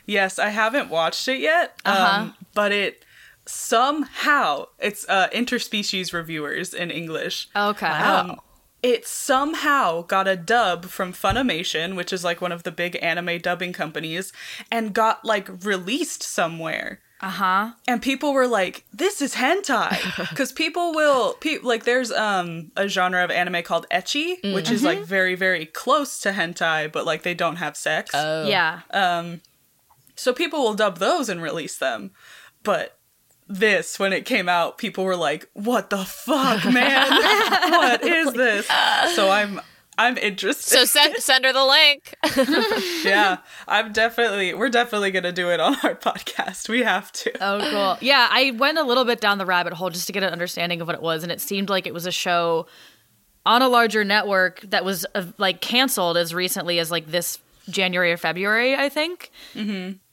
C: Yes, I haven't watched it yet. Um, but it somehow it's uh, interspecies reviewers in English.
B: Okay.
C: Um, it somehow got a dub from Funimation, which is like one of the big anime dubbing companies, and got like released somewhere.
B: Uh huh.
C: And people were like, "This is hentai," because people will pe- like. There's um a genre of anime called ecchi, which is like very very close to hentai, but like they don't have sex.
B: Yeah.
C: So people will dub those and release them. But this, when it came out, people were like, "What the fuck, man? what is this?" So I'm I'm interested.
A: So send send her the link.
C: yeah, I'm definitely we're definitely gonna do it on our podcast. We have to.
B: Oh, cool. Yeah, I went a little bit down the rabbit hole just to get an understanding of what it was, and it seemed like it was a show on a larger network that was uh, like canceled as recently as like this January or February, I think.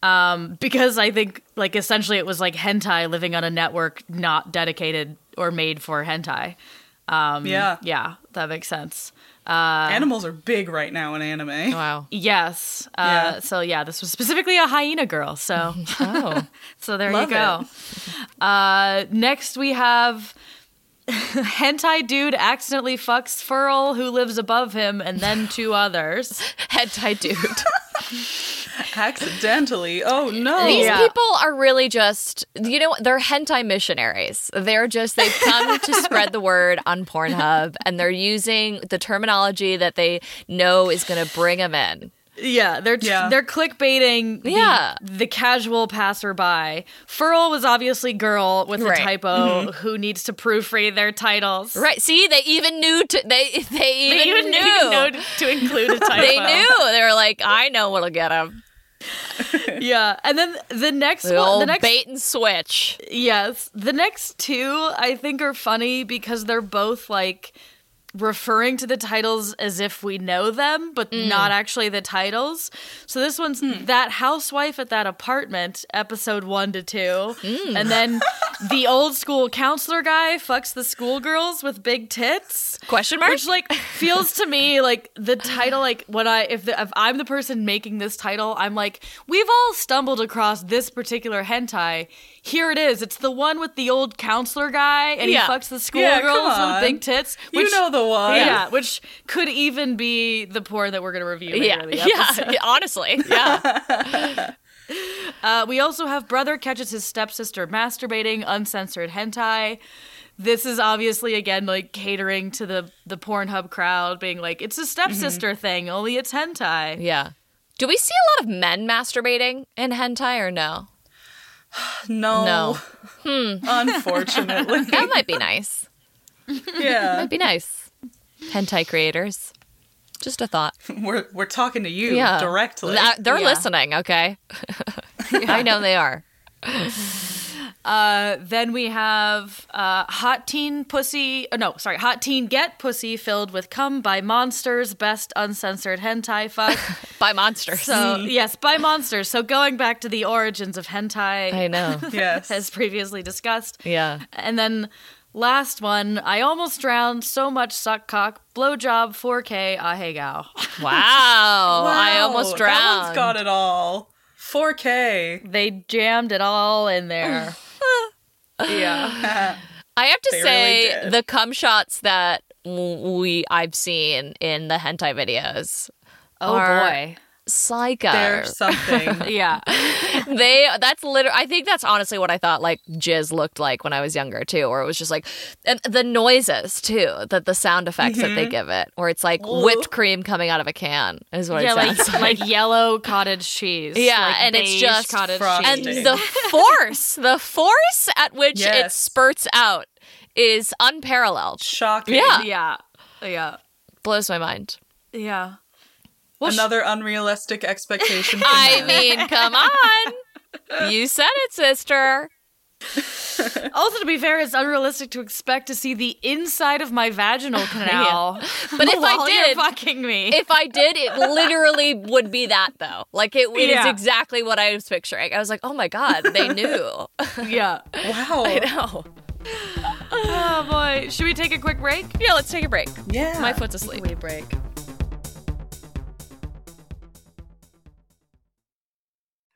B: Um, because I think like essentially it was like hentai living on a network not dedicated or made for hentai.
A: Um,
C: yeah,
B: Yeah, that makes sense.
C: animals are big right now in anime.
A: Wow.
B: Yes. Uh,
C: Yeah.
B: So yeah, this was specifically a hyena girl. So.
A: Oh.
B: So there
C: Love
B: you go. Uh, next, we have hentai dude accidentally fucks Furl, who lives above him, and then two others.
A: Head tie dude.
C: Accidentally. Oh no.
A: These
B: Yeah.
A: people are really just, you know, they're hentai missionaries. They're just, they've come to spread the word on Pornhub and they're using the terminology that they know is going to bring them in.
B: Yeah, they're
C: Yeah.
B: they're clickbaiting. the-
A: Yeah.
B: the, casual passerby. Furl was obviously girl with
A: Right.
B: a typo who needs to proofread their titles.
A: Right. See, they even knew, to, they, they even,
B: They even
A: knew.
B: know to include a typo.
A: they knew. They were like, I know what'll get them.
B: Yeah, and then the next
A: The
B: one,
A: old
B: the next
A: bait and switch.
B: Yes. The next two I think are funny because they're both like referring to the titles as if we know them, but not actually the titles. So this one's That Housewife at That Apartment, episode one to two. And then the old school counselor guy fucks the schoolgirls with big tits.
A: Question mark?
B: Which like feels to me like the title, like when I if the, if I'm the person making this title, I'm like, we've all stumbled across this particular hentai. Here it is. It's the one with the old counselor guy and
A: Yeah.
B: he fucks the
C: Yeah, come
B: schoolgirls with
C: on.
B: big tits.
C: You know the one.
B: Yeah, which could even be the porn that we're gonna review. Later
A: Yeah.
B: in the episode.
A: Yeah. Honestly. Yeah.
B: Uh, we also have brother catches his stepsister masturbating, uncensored hentai. This is obviously again like catering to the the Pornhub crowd, being like, it's a stepsister
C: Mm-hmm.
B: thing, only it's hentai.
A: yeah. Do we see a lot of men masturbating in hentai or no?
C: No.
A: No.
C: Unfortunately.
A: That might be nice.
C: yeah.
A: That'd be nice. Hentai creators. Just a thought.
C: We're we're talking to you directly.
A: Th- they're
B: Yeah.
A: listening, okay? I know they are.
B: Uh, then we have uh, hot teen pussy. Oh, no, sorry, hot teen get pussy filled with cum by monsters. Best uncensored hentai fuck.
A: By monsters.
B: so yes, by monsters. So going back to the origins of hentai,
A: I know.
C: yes.
B: as previously discussed.
A: Yeah.
B: And then last one, I almost drowned so much suck cock, blowjob 4K, ahegao.
A: Wow. I almost
C: That
A: drowned.
C: one's got it all. 4K.
B: They jammed it all in there.
C: Yeah.
A: I have to
C: They
A: say
C: really did.
A: the cum shots that w- we I've seen in the hentai videos.
B: Oh
A: are
B: boy.
A: Psycho.
C: There's something.
B: Yeah.
A: they that's literally i think that's honestly what i thought like jizz looked like when i was younger too or it was just like and the noises too that the sound effects that
B: Mm-hmm.
A: they give it or it's like whipped cream coming out of a can is what
B: yeah,
A: it sounds
B: like like yellow cottage cheese.
A: Yeah,
B: like
A: and it's
B: beige
A: just
B: cottage
C: frosting.
A: and
B: cheese.
A: the force the force at which it
C: Yes.
A: spurts out is unparalleled
C: Shocking.
A: Yeah.
B: yeah. Yeah.
A: blows my mind
B: Yeah.
C: Another unrealistic expectation. from
A: i
C: men.
A: mean come on you said it sister
B: Also, to be fair, it's unrealistic to expect to see the inside of my vaginal canal.
A: But if I
B: while you're
A: did-
B: fucking me,
A: if I did, it literally would be that though. Like it, it is
B: Yeah.
A: exactly what I was picturing. I was like, oh my god, they knew.
B: yeah.
C: Wow.
A: no.
B: Oh boy, should we take a quick break?
A: Yeah, let's take a break.
C: Yeah.
A: My foot's asleep.
B: We break.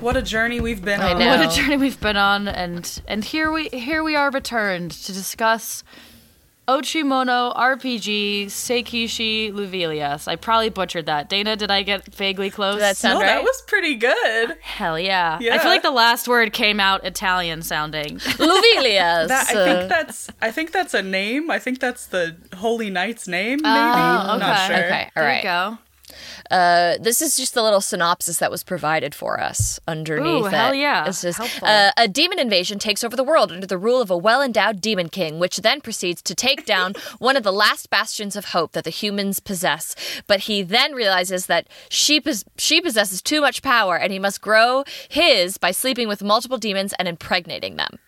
C: What a journey we've been
A: I
C: on.
A: know.
B: What a journey we've been on, and and here we here we are returned to discuss Ochimono RPG Seikishi Luvilius. I probably butchered that. Dana, did I get vaguely close?
A: That
C: No,
A: sound right?
C: that was pretty good.
B: Hell yeah. I
C: Yeah.
B: feel like the last word came out Italian sounding.
A: Luvilius.
C: That, I think that's I think that's a name. I think that's the Holy Knight's name. Maybe I'm not sure.
A: Oh, Okay, all
B: there
A: right.
B: you go.
A: Uh, this is just the little synopsis that was provided for us underneath
B: Ooh,
A: it.
B: hell yeah.
A: This is,
B: Helpful.
A: uh, a demon invasion takes over the world under the rule of a well endowed demon king, which then proceeds to take down one of the last bastions of hope that the humans possess. But he then realizes that she, pos- she possesses too much power and he must grow his by sleeping with multiple demons and impregnating them.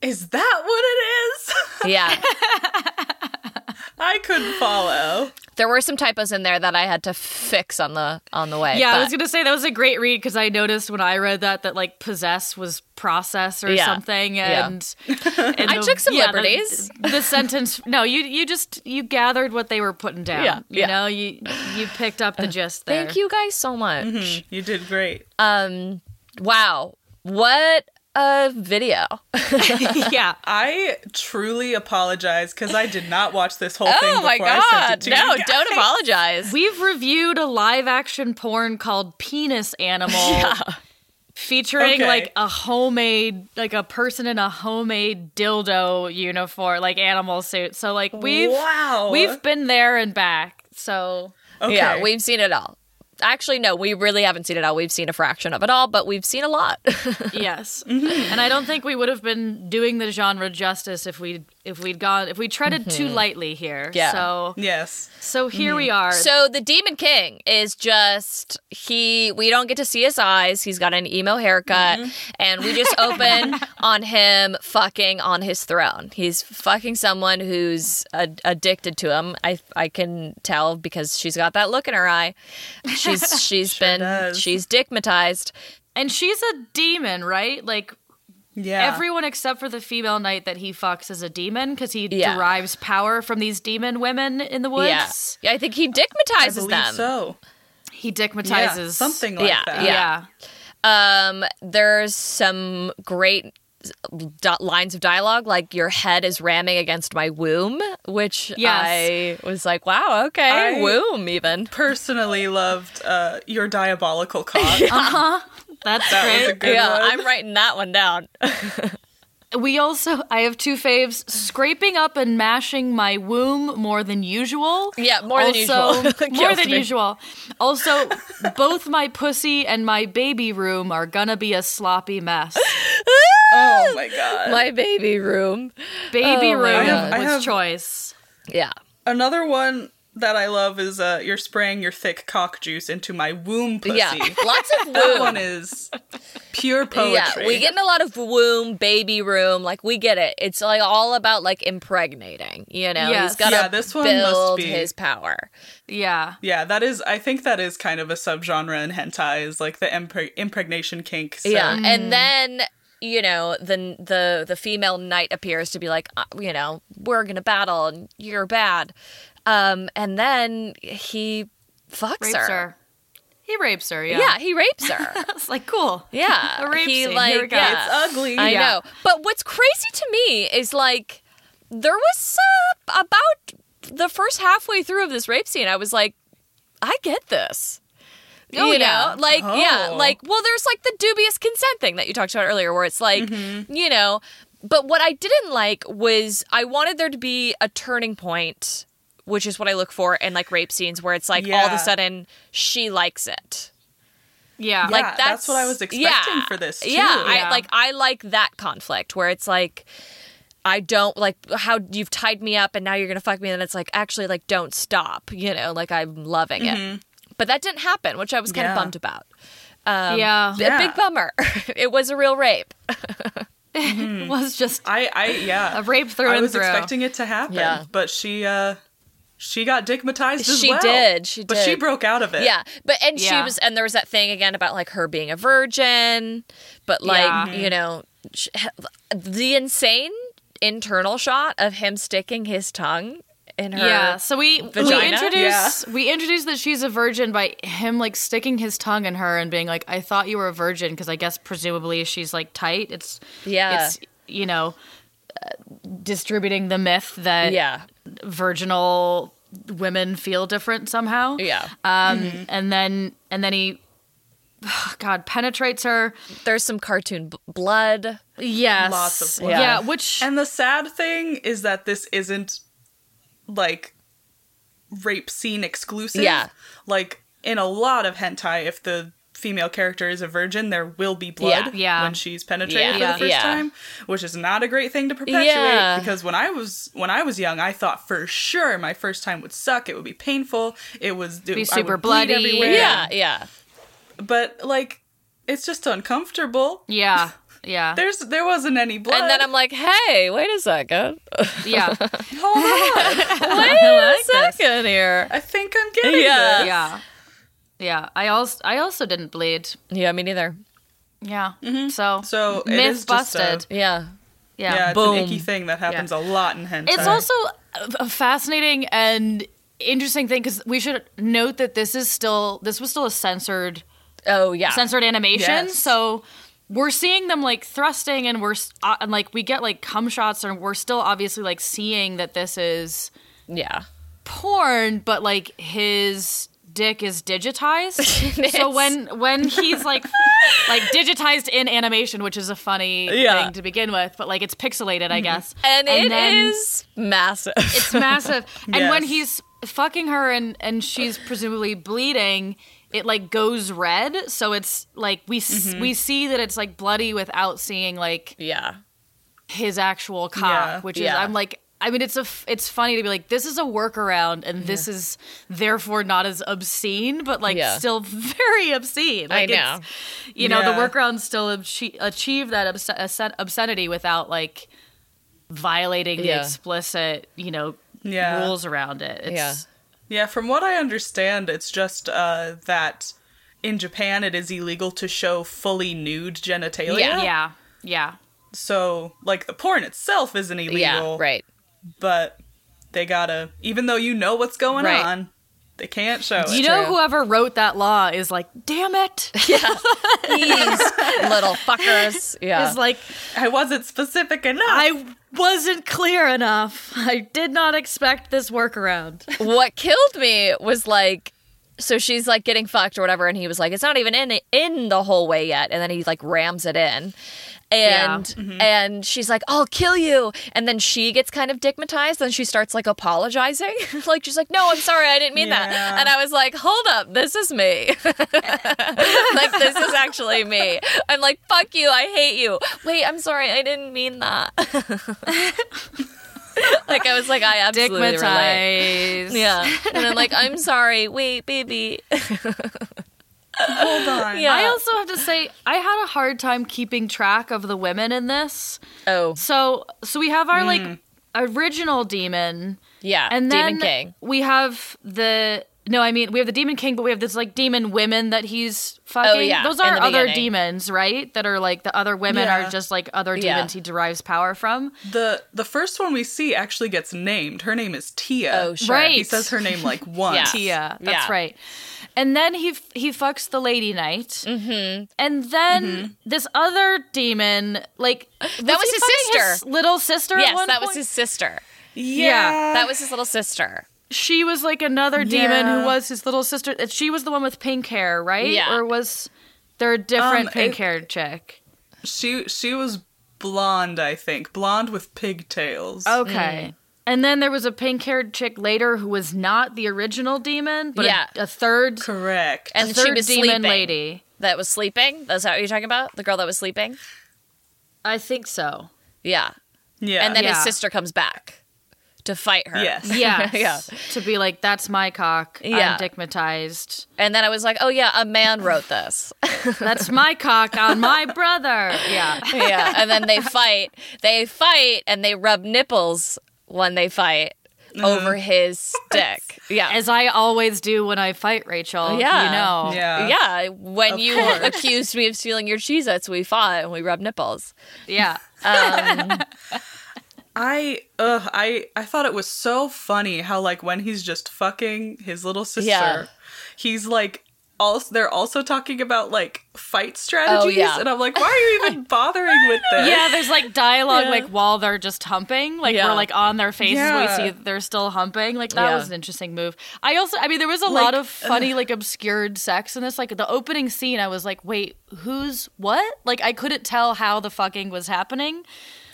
C: Is that what it is?
A: Yeah.
C: I couldn't follow.
A: there were some typos in there that I had to fix on the on the way.
B: Yeah, I
A: Eh, but-
B: was gonna say that was a great read because I noticed when I read that that like possess was process or
A: Yeah.
B: something,
A: Yeah.
B: and, and
A: I took some
B: yeah, the-
A: liberties.
B: The, sentence, no, you you just you gathered what they were putting down.
A: Yeah,
B: you
A: yeah.
B: know, you you picked up the gist there.
A: Thank you guys so much.
C: You did great.
A: Um, wow, what a video!
B: yeah,
C: I truly apologize because I did not watch this whole thing
A: Oh
C: before
A: my
C: I sent it
A: god!
C: to
A: No,
C: you. guys.
A: don't apologize.
B: we've reviewed a live action porn called Penis Animal. Featuring
C: Okay.
B: like a homemade, like a person in a homemade dildo uniform, like animal suit. So like we've
C: Wow.
B: we've been there and back. So
C: Okay.
A: Yeah, we've seen it all. Actually, no, we really haven't seen it all. We've seen a fraction of it all, but we've seen a lot.
B: Yes, and I don't think we would have been doing the genre justice if we if we'd gone if we treaded too lightly here.
A: Yeah.
B: So
C: Yes.
B: so here we are.
A: so the Demon King is just he. We don't get to see his eyes. He's got an emo haircut,
C: Mm-hmm.
A: and we just open on him fucking on his throne. He's fucking someone who's a- addicted to him. I I can tell because she's got that look in her eye. She's she's been
C: does.
A: she's dickmatized.
B: and she's a demon, right? Like
C: Yeah.
B: everyone except for the female knight that he fucks is a demon because he
A: Yeah.
B: derives power from these demon women in the woods.
A: Yeah. I think he
C: I
A: dickmatizes
C: believe
A: them.
C: so.
B: He
C: Yeah,
B: dickmatizes
C: something like
A: Yeah,
C: that.
B: Yeah.
A: Um, there's some great do- lines of dialogue, like your head is ramming against my womb, which
B: Yes.
A: I was like, wow, okay,
C: I-
A: womb even.
C: Personally loved uh, your diabolical cock. that
B: That's
C: was
B: great.
C: a good
A: yeah,
C: one.
A: I'm writing that one down.
B: We also, I have two faves: scraping up and mashing my womb more than usual.
A: Yeah, more than usual.
B: Also- more
A: Kills
B: than
A: me.
B: usual. Also, both my pussy and my baby room are gonna be a sloppy mess.
C: oh my god.
A: my baby room.
B: Baby
A: Oh my
B: room
C: God. I
B: was
C: have-
B: choice.
A: Yeah.
C: Another one that I love is uh, you're spraying your thick cock juice into my womb pussy.
A: Yeah. Lots of
C: That
A: womb.
C: one is pure poetry.
A: Yeah, we get in a lot of womb, baby room. Like we get it. It's like all about like impregnating. You know, he's
B: Yes.
A: got to
C: Yeah, this one must
A: build
C: be-
A: his power.
B: Yeah.
C: Yeah, that is. I think that is kind of a subgenre in hentai is like the impreg- impregnation kink. So.
A: Yeah,
B: Mm-hmm.
A: and then you know the the the female knight appears to be like, uh, you know, we're gonna battle and you're bad, um, and then he fucks
B: Rapes her. He rapes her. Yeah.
A: Yeah. he rapes her.
B: It's like cool.
A: Yeah,
B: A rape
A: he
B: scene. Here
A: like
B: we go.
A: yeah.
C: It's ugly.
A: I
B: Yeah.
A: know, but what's crazy to me is like there was uh, about the first halfway through of this rape scene, I was like, I get this. you
B: Oh, yeah.
A: know, like yeah,
C: Oh.
A: like well, there's like the dubious consent thing that you talked about earlier, where it's like
B: Mm-hmm.
A: you know. But what I didn't like was I wanted there to be a turning point, which is what I look for in like rape scenes, where it's like all of
C: Yeah.
A: a sudden she likes it.
B: Yeah.
C: Yeah,
A: like
C: that's
A: that's,
C: what I was expecting for this, too.
A: Yeah,
B: Yeah.
A: I like I like that conflict where it's like I don't like how you've tied me up and now you're gonna fuck me, and it's like actually like don't stop, you know, like I'm loving it. But that didn't happen, which I was kind
C: Mm-hmm. Yeah.
A: of bummed about. Um,
B: Yeah.
A: a
C: Yeah.
A: big bummer. it was a real rape.
B: It was just
C: I, I, yeah,
B: a rape through
C: I
B: and
C: was
B: through.
C: expecting it to happen,
A: Yeah.
C: but she, uh, she got digmatized as
A: She
C: well.
A: did, she
C: but she
A: did.
C: broke out of it.
A: Yeah, but and she
B: Yeah.
A: was, and there was that thing again about like her being a virgin, but like
B: Yeah.
C: Mm-hmm.
A: you know, sh the insane internal shot of him sticking his tongue in her.
B: yeah. So we we
A: vagina?
B: introduce we introduce that she's a virgin by him like sticking his tongue in her and being like, "I thought you were a virgin," because I guess presumably she's like tight. It's
A: Yeah.
B: It's you know. uh, Distributing the myth that
A: yeah,
B: virginal women feel different somehow.
A: yeah.
B: Um, and then and then he, God, penetrates her.
A: There's some cartoon b- blood.
B: Yes,
C: Lots of
B: yeah.
C: blood.
B: which
C: And the sad thing is that this isn't like rape scene exclusive.
A: Yeah.
C: Like in a lot of hentai, if the female character is a virgin, there will be blood
B: Yeah. Yeah.
C: when she's penetrated
A: Yeah.
C: for the first
A: Yeah.
C: time, which is not a great thing to perpetuate.
A: Yeah.
C: Because when I was when I was young, I thought for sure my first time would suck. It would be painful. It was it,
B: be
C: I
B: super
C: would bleed
B: bloody.
C: everywhere.
A: Yeah, yeah.
C: But like, it's just uncomfortable.
B: yeah, yeah,
C: There's there wasn't any blood.
A: And then I'm like, hey, wait a second,
B: yeah,
A: wait a second here.
C: I think I'm getting
A: Yeah.
C: this.
B: yeah, yeah. I also I also didn't bleed.
A: Yeah, me neither.
B: Yeah. So
C: So it
B: myth
C: is just a-
B: busted.
A: Yeah,
B: yeah.
C: Yeah, it's
A: Boom.
C: an icky thing that happens a lot in hentai.
B: It's also a- a fascinating and interesting thing because we should note that this is still this was still a censored
A: Oh yeah.
B: censored animation.
C: Yes.
B: So we're seeing them like thrusting and we're s- uh, and like we get like cum shots and we're still obviously like seeing that this is
A: yeah.
B: porn, but like his dick is digitized. so when when he's like like digitized in animation, which is a funny
A: Yeah. Mm-hmm.
B: thing to begin with, but like it's pixelated, I guess.
A: And, it is
B: then-
A: massive.
B: it's massive. And when
C: Yes.
B: he's fucking her and and she's presumably bleeding, it like goes red. So it's like we s-
A: Mm-hmm.
B: we see that it's like bloody without seeing like
A: yeah.
B: his actual cock,
C: Yeah.
B: which is
A: Yeah.
B: I'm like I mean it's a f- it's funny to be like this is a workaround and this is therefore not as obscene but like
A: Yeah.
B: still very obscene. Like
A: know.
B: It's, you know
C: Yeah.
B: the workaround still abche- achieve that obs- obscen- obscenity without like violating
A: Yeah.
B: the explicit you know
C: Yeah.
B: rules around it. It's,
A: Yeah.
C: yeah, from what I understand, it's just uh, that in Japan it is illegal to show fully nude genitalia.
A: Yeah.
B: yeah yeah
C: So, like, the porn itself isn't illegal.
A: Yeah. Right.
C: But they gotta, even though you know what's going
A: Right.
C: on, they can't show it.
B: you know
A: true.
B: whoever wrote that law is like damn it
A: These little fuckers. Yeah.
B: is like
C: I wasn't specific enough.
B: I wasn't clear enough. I did not expect this workaround.
A: what killed me was like so she's like getting fucked or whatever and he was like it's not even in in the whole way yet and then he like rams it in and and she's like i'll kill you and then she gets kind of digmatized and she starts like apologizing like she's like no i'm sorry i didn't mean that
C: Yeah.
A: and i was like hold up this is me like this is actually me i'm like fuck you i hate you wait i'm sorry i didn't mean that like i was like i absolutely relate yeah. And I'm like, I'm sorry. Wait, baby.
C: Hold on.
A: Yeah.
B: I also have to say I had a hard time keeping track of the women in this.
A: oh,
B: So so we have our
A: Hmm.
B: like original demon
A: yeah.
B: and then
A: Demon King.
B: we have the no, I mean we have the demon king, but we have this like demon women that he's fucking.
A: Oh, yeah,
B: Those
A: in
B: are
A: the
B: other
A: beginning.
B: demons, right? That are like the other women
C: Yeah.
B: are just like other
A: Yeah.
B: demons he derives power from.
C: The, the first one we see actually gets named. Her name is Tia.
A: Oh, sure.
B: Right.
C: He says her name like once.
B: Tia. That's
A: Yeah.
B: right. And then he f- he fucks the lady knight. Mm-hmm. And then this other demon, like
A: Mm-hmm. That was
B: he
A: his
B: fucking
A: sister.
B: his little sister. at
A: Yes,
B: one
A: that was
B: point?
A: his sister.
C: Yeah.
A: That was his little sister.
B: she was like another demon
C: Yeah.
B: who was his little sister. and She was the one with pink hair, right?
A: Yeah.
B: Or was there a different
C: Um,
B: pink
C: it-
B: haired chick?
C: She she was blonde, I think. Blonde with pigtails.
A: Oh,
B: Okay. Mm. And then there was a pink haired chick later who was not the original demon, but a-
A: Yeah.
B: a, third,
C: Correct.
B: a
A: And she
B: third
A: was
B: demon
A: sleeping.
B: lady.
A: That was sleeping. That's what you're talking about. The girl that was sleeping.
B: I think so.
A: Yeah.
C: yeah.
A: And then his
B: Yeah.
A: sister comes back to fight her.
C: Yes.
B: Yes.
A: Yeah.
B: To be like, that's my cock.
A: Yeah.
B: I'm digmatized.
A: And then I was like, oh yeah, a man wrote this.
B: That's my cock on my brother. Yeah.
A: yeah. And then they fight. They fight and they rub nipples when they fight over his dick. Yeah.
B: As I always do when I fight Rachel.
A: Yeah.
B: You know.
C: Yeah.
A: yeah. When
C: Of
A: you
C: course.
A: accused me of stealing your Cheez Its, we fought and we rubbed nipples. Um,
B: Yeah.
A: Uh,
C: I uh I I thought it was so funny how like when he's just fucking his little sister,
A: Yeah.
C: he's like also they're also talking about like fight strategies
A: Oh, yeah.
C: and I'm like, why are you even bothering with this?
B: Yeah, there's like dialogue like while they're just humping, like
A: Yeah.
B: we're like on their faces,
C: Yeah.
B: we see they're still humping. Like that
A: Yeah.
B: was an interesting move. I also, I mean, there was a lot of funny like obscured sex in this. Like the opening scene, I was like, wait, who's what? Like I couldn't tell how the fucking was happening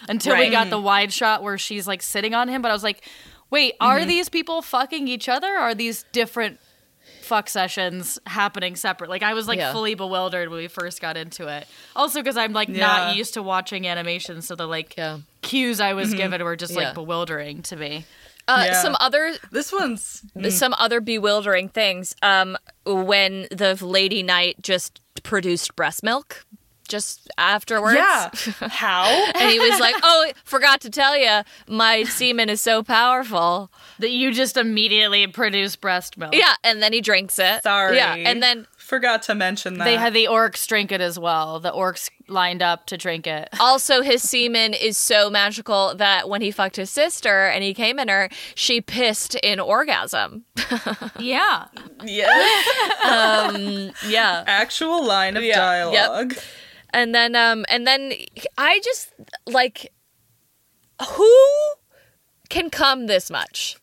B: until we
A: Right.
B: got the wide shot where she's like sitting on him. But I was like, wait,
A: Mm-hmm.
B: are these people fucking each other? Or are these different? fuck sessions happening separate. Like I was like
A: Yeah.
B: fully bewildered when we first got into it. Also because I'm like
C: Yeah.
B: not used to watching animation, so the like
A: Yeah. Mm-hmm.
B: cues I was given were just
A: Yeah.
B: like bewildering to me.
A: Uh,
C: Yeah. Mm.
A: Some other
C: This one's
A: some other bewildering things. Um, when the lady knight just produced breast milk just afterwards.
C: Yeah. how?
A: And he was like, "Oh, forgot to tell you, my semen is so powerful."
B: That you just immediately produce breast milk.
A: Yeah, and then he drinks it.
C: Sorry.
A: Yeah, and then
C: forgot to mention that.
B: They had the orcs drink it as well. The orcs lined up to drink it.
A: also his semen is so magical that when he fucked his sister and he came in her, she pissed in orgasm.
B: Yeah.
C: yes.
A: Yeah.
C: actual line of
A: Yeah. Yep.
C: dialogue.
A: And then um and then I just like who can come this much?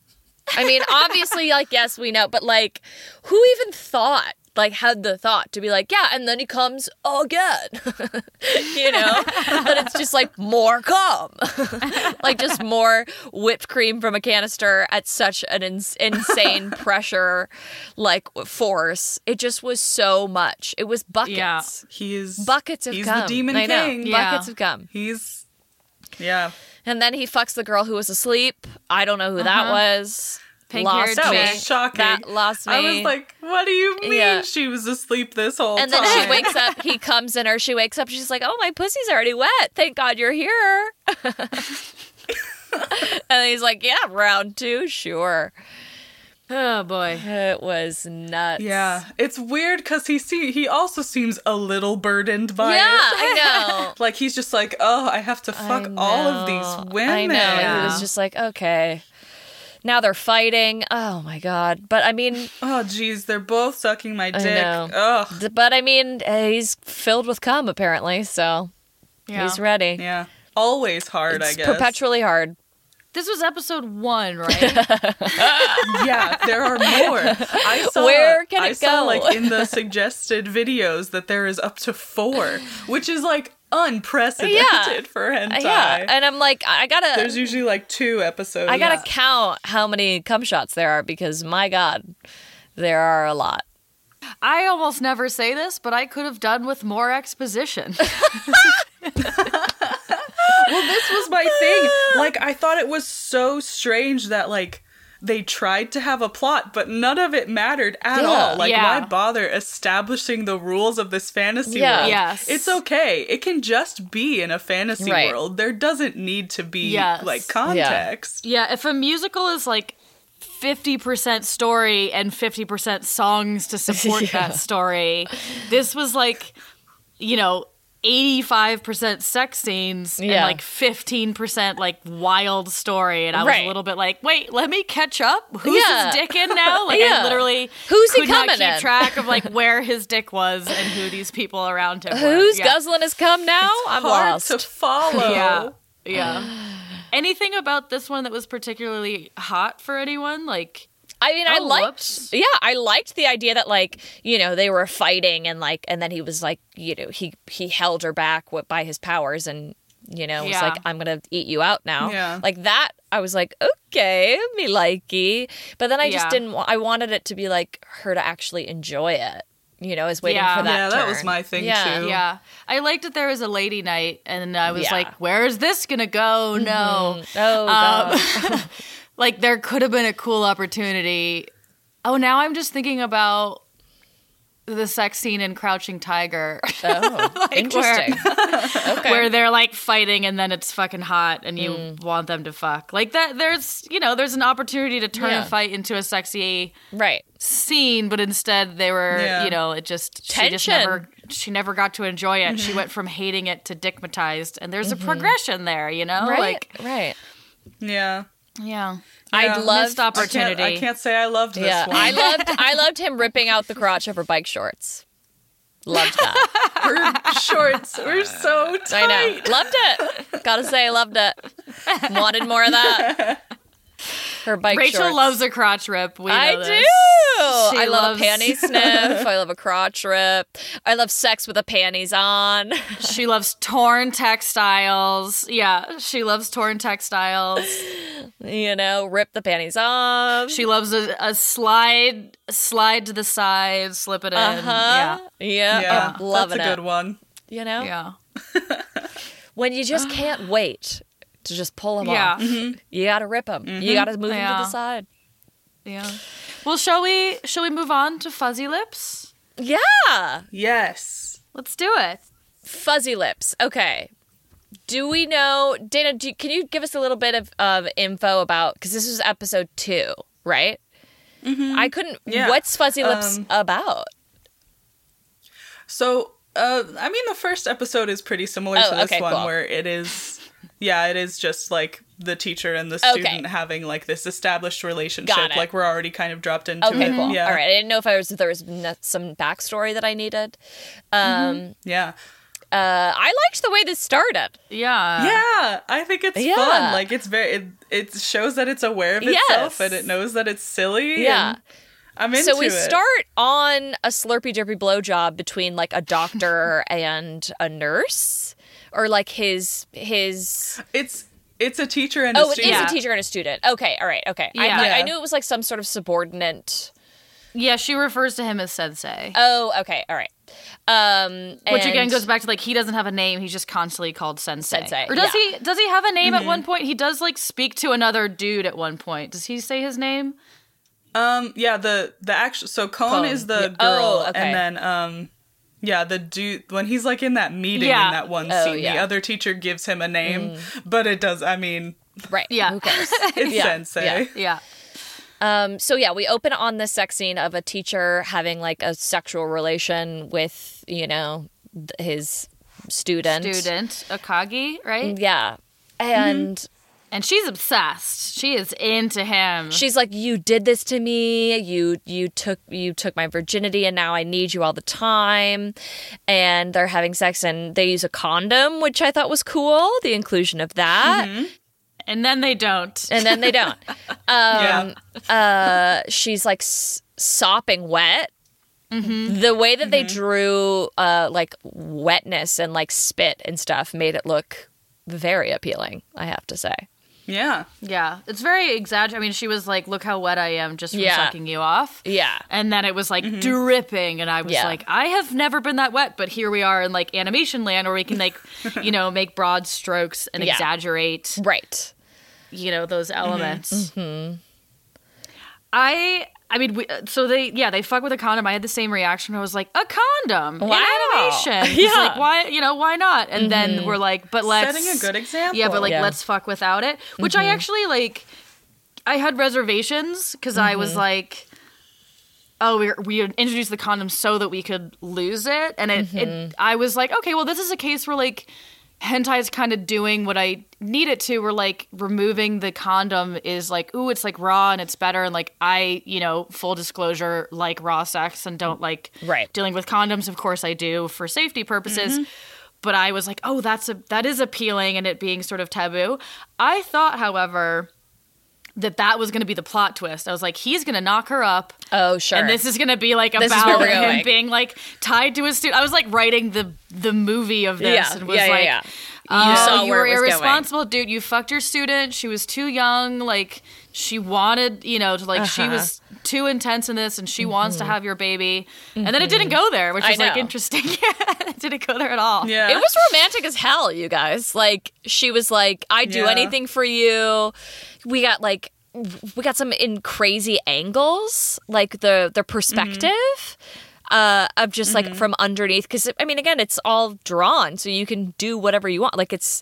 A: I mean, obviously like yes, we know, but like who even thought like had the thought to be like, yeah, and then he comes again. you know? but it's just like more cum. like just more whipped cream from a canister at such an ins- insane pressure like force. It just was so much. It was buckets
B: Yeah.
C: He's
A: buckets of
C: he's
A: cum.
C: the demon
A: I know.
C: king.
B: Yeah.
A: Buckets of gum.
C: He's yeah.
A: And then he fucks the girl who was asleep. I don't know who that
C: Uh-huh.
A: was.
B: Pink-haired
A: lost
C: That
A: me.
B: chick.
C: was shocking.
A: That lost me.
C: I was like, what do you mean
A: Yeah.
C: she was asleep this whole
A: and
C: time?
A: then she wakes up. He comes in her. She wakes up. She's like, "Oh, my pussy's already wet. Thank God you're here." and he's like, "Yeah, round two, sure."
B: Oh boy.
A: It was nuts.
C: Yeah, it's weird because he see he also seems a little burdened by
A: yeah,
C: it.
A: I know.
C: Like he's just like, oh, I have to fuck
A: I
C: all
A: know.
C: of these women.
A: I know. It
B: Yeah.
A: was just like, okay. Now they're fighting. Oh my god. But I mean,
C: Oh, geez, they're both sucking my dick.
A: know.
C: Ugh.
A: D- But I mean, uh, he's filled with cum apparently, so
B: Yeah.
A: he's ready.
C: Yeah, always hard. I
A: It's
C: guess.
A: perpetually hard.
B: This was episode one, right?
C: yeah, there are more. I saw,
A: Where can
C: I
A: it
C: saw,
A: go?
C: like in the suggested videos that there is up to four, which is like unprecedented
A: Yeah.
C: for hentai.
A: Yeah, and I'm like, I I gotta,
C: There's usually like two episodes.
A: I gotta count how many cum shots there are because my god, there are a lot.
B: I almost never say this, but I could have done with more exposition.
C: this was my thing. Like I thought it was so strange that like they tried to have a plot, but none of it mattered at
A: Yeah.
C: all. Like
B: Yeah.
C: why bother establishing the rules of this fantasy
A: Yeah.
C: world?
B: Yes.
C: It's okay. It can just be in a fantasy
A: Right.
C: world. There doesn't need to be
B: Yes.
C: like context.
B: Yeah, if a musical is like 50% story and 50% songs to support that story, this was like, you know, 85% sex scenes and
A: Yeah.
B: like 15% like wild story. And I was
A: Right.
B: a little bit like, wait, let me catch up. Who's
A: Yeah.
B: his dick in now? Like,
A: Yeah.
B: I literally
A: Who's he
B: could not
A: coming
B: keep
A: in?
B: track of like where his dick was and who these people around him were.
A: Who's
B: Yeah.
A: guzzling his cum now? I'm
C: Hard
A: lost.
C: to follow.
B: Yeah. Yeah. Anything about this one that was particularly hot for anyone? Like
A: I mean, I
B: Oh,
A: liked,
B: whoops.
A: yeah, I liked the idea that like you know they were fighting and like and then he was like you know he he held her back wi- by his powers and you know was
B: Yeah.
A: like I'm gonna eat you out now.
C: Yeah.
A: Like that, I was like okay, me likey, but then I just
B: Yeah.
A: didn't. Wa- I wanted it to be like her to actually enjoy it. You know, is waiting
B: Yeah.
A: for that.
C: Yeah, that was
A: turn.
C: my thing,
A: Yeah.
C: too.
B: Yeah. I liked that there was a lady night, and I
A: Oh.
B: was
A: Yeah. Mm-hmm.
B: like, where is this going to go? No.
A: Oh, God.
B: Like, there could have been a cool opportunity. Oh, now I'm just thinking about the sex scene in Crouching Tiger,
A: oh, interesting. okay.
B: where they're like fighting and then it's fucking hot and you
A: Mm.
B: want them to fuck. Like, that, there's, you know, there's an opportunity to turn
A: Yeah.
B: a fight into a sexy
A: right.
B: scene, but instead they were,
C: Yeah.
B: you know, it just she just
A: Tension.
B: never she never got to enjoy it. She went from hating it to dickmatized, and there's a progression there, you know,
A: Right.
B: like
A: right.
C: Yeah.
B: yeah,
A: I'd love
B: missed opportunity.
C: I can't, I can't say I loved this
A: Yeah,
C: one.
A: I loved I loved him ripping out the crotch of her bike shorts. Loved that.
C: Her shorts were so tight.
A: I know. Loved it. Gotta say, loved it. Wanted more of that. Her bike
B: Rachel
A: shorts.
B: loves a crotch rip. We
A: I
B: know
A: do.
B: this. She
A: I love
B: loves-
A: a panty sniff. I love a crotch rip. I love sex with the panties on.
B: She loves torn textiles. Yeah, she loves torn textiles.
A: You know, rip the panties off.
B: She loves a, a slide, slide to the side, slip it in.
A: huh? Yeah.
C: Yeah,
A: I'm loving
C: that's a good
A: it.
C: one.
A: You know,
B: Yeah, yeah,
A: when you just can't wait to just pull them
B: yeah.
A: off.
C: Mm-hmm.
A: You gotta rip them. You gotta move them to
B: Yeah.
A: the side.
B: yeah. Well, shall we? Shall we move on to fuzzy lips?
A: Yeah.
C: Yes.
B: Let's do it.
A: Fuzzy lips. Okay. Do we know, Dana, do, can you give us a little bit of, of info about, because this is episode two, right? I couldn't,
C: Mm-hmm. Yeah.
A: what's Fuzzy Lips
C: Um,
A: about?
C: So, uh, I mean, the first episode is pretty similar
A: Oh,
C: to this
A: okay,
C: one,
A: cool.
C: where it is, yeah, it is just like the teacher and the student having like this established
A: Got
C: relationship.
A: it.
C: Like we're already kind of dropped into
A: Okay,
C: it.
A: cool.
C: mm-hmm. Yeah.
A: All right. I didn't know if I was, if there was n- some backstory that I needed. Um,
C: Yeah.
A: uh, I liked the way this started.
B: Yeah.
C: Yeah, I think it's
A: Uh, Yeah.
C: fun. Like it's very it, it shows that it's aware of itself
A: Yes.
C: and it knows that it's silly.
A: Yeah.
C: and I'm into
A: so we
C: it.
A: start on a slurpy derpy blowjob between like a doctor and a nurse, or like his his
C: It's it's a teacher and
A: Oh,
C: a
A: it is
C: student.
A: a teacher and a student. Okay, all right, okay. I,
B: Yeah.
A: thought- I
C: Yeah.
A: knew it was like some sort of subordinate.
B: Yeah, she refers to him as sensei.
A: Oh, okay, all right. Um,
B: which
A: and-
B: again goes back to like he doesn't have a name, he's just constantly called sensei.
A: Sensei,
B: Or does
A: yeah. Mm-hmm.
B: he does he have a name at one point? He does like speak to another dude at one point. Does he say his name?
C: Um, yeah, the the actual so Cone
B: Cone.
C: is the girl,
A: Oh, okay.
C: and then um, yeah, the dude when he's like in that meeting
B: Yeah.
C: in that one
A: Oh,
C: scene,
A: yeah.
C: the other teacher gives him a name, but it does. I mean,
A: right?
B: Yeah.
A: Who cares?
C: it's
A: Yeah,
C: sensei.
A: yeah.
B: Yeah.
A: Um, so yeah, we open on this sex scene of a teacher having like a sexual relation with you know th- his student. Mm.
B: Student Mm-hmm. Akagi, right?
A: Yeah, and
B: And she's obsessed. She is into him.
A: she's like, "You did this to me. You you took you took my virginity, and now I need you all the time." And they're having sex, and they use a condom, which I thought was cool. The inclusion of that.
B: and then they don't.
A: and then they don't. Um,
C: yeah.
A: Uh, she's like s- sopping wet. The way that they drew uh, like wetness and like spit and stuff made it look very appealing. I have to say.
C: yeah,
B: yeah. It's very exaggerated. I mean, she was like, Look how wet I am just from
A: Yeah.
B: sucking you off.
A: Yeah.
B: And then it was like dripping, and I was
A: Mm-hmm. Yeah.
B: like, I have never been that wet, but here we are in like animation land where we can like, you know, make broad strokes and
A: Yeah. Mm-hmm.
B: exaggerate,
A: Right.
B: you know, those elements.
A: Mm-hmm.
B: I, I mean, we, uh, so they, yeah, they fuck with a condom. I had the same reaction. I was like, a condom
A: Wow.
B: in animation.
A: Yeah. Mm-hmm.
B: It's like why, you know, why not? And then we're like, but let's
C: setting a good example.
B: yeah, but like
A: Yeah. Mm-hmm.
B: let's fuck without it, which I actually like. I had reservations because I was
A: Mm-hmm.
B: like, oh, we we introduced the condom so that we could lose it, and it, it I was like, okay, well, this is a case where like hentai is kind of doing what I need it to. Where like removing the condom is like, ooh, it's like raw and it's better, and like I, you know, full disclosure, like raw sex and don't like
A: Right.
B: dealing with condoms. Of course, I do for safety purposes but I was like, oh, that's a that is appealing and it being sort of taboo. I thought, however, that that was going to be the plot twist. I was like, he's going to knock her up.
A: Oh, sure.
B: And this is going to be like
A: is
B: about
A: where
B: him
A: we're going.
B: being like tied to his suit. I was like writing the the movie of this
A: Yeah,
B: and was
A: yeah, yeah,
B: like,
A: yeah.
B: "Oh,
A: You saw
B: you
A: where
B: were
A: it was going."
B: irresponsible, dude. You fucked your student. She was too young. Like she wanted, you know, to like she was
A: Uh-huh.
B: too intense in this, and she wants to have your baby. And then it didn't go there, which
A: Mm-hmm. I
B: is like
A: know.
B: interesting. yeah, it didn't go there at all.
C: Yeah.
A: It was romantic as hell, you guys. Like she was like, "I do
C: Yeah.
A: anything for you." We got like we got some in crazy angles, like the
C: Mm-hmm.
A: the perspective uh, of just like from underneath. Because I mean, again, it's all drawn, so you can do whatever you want. Like it's,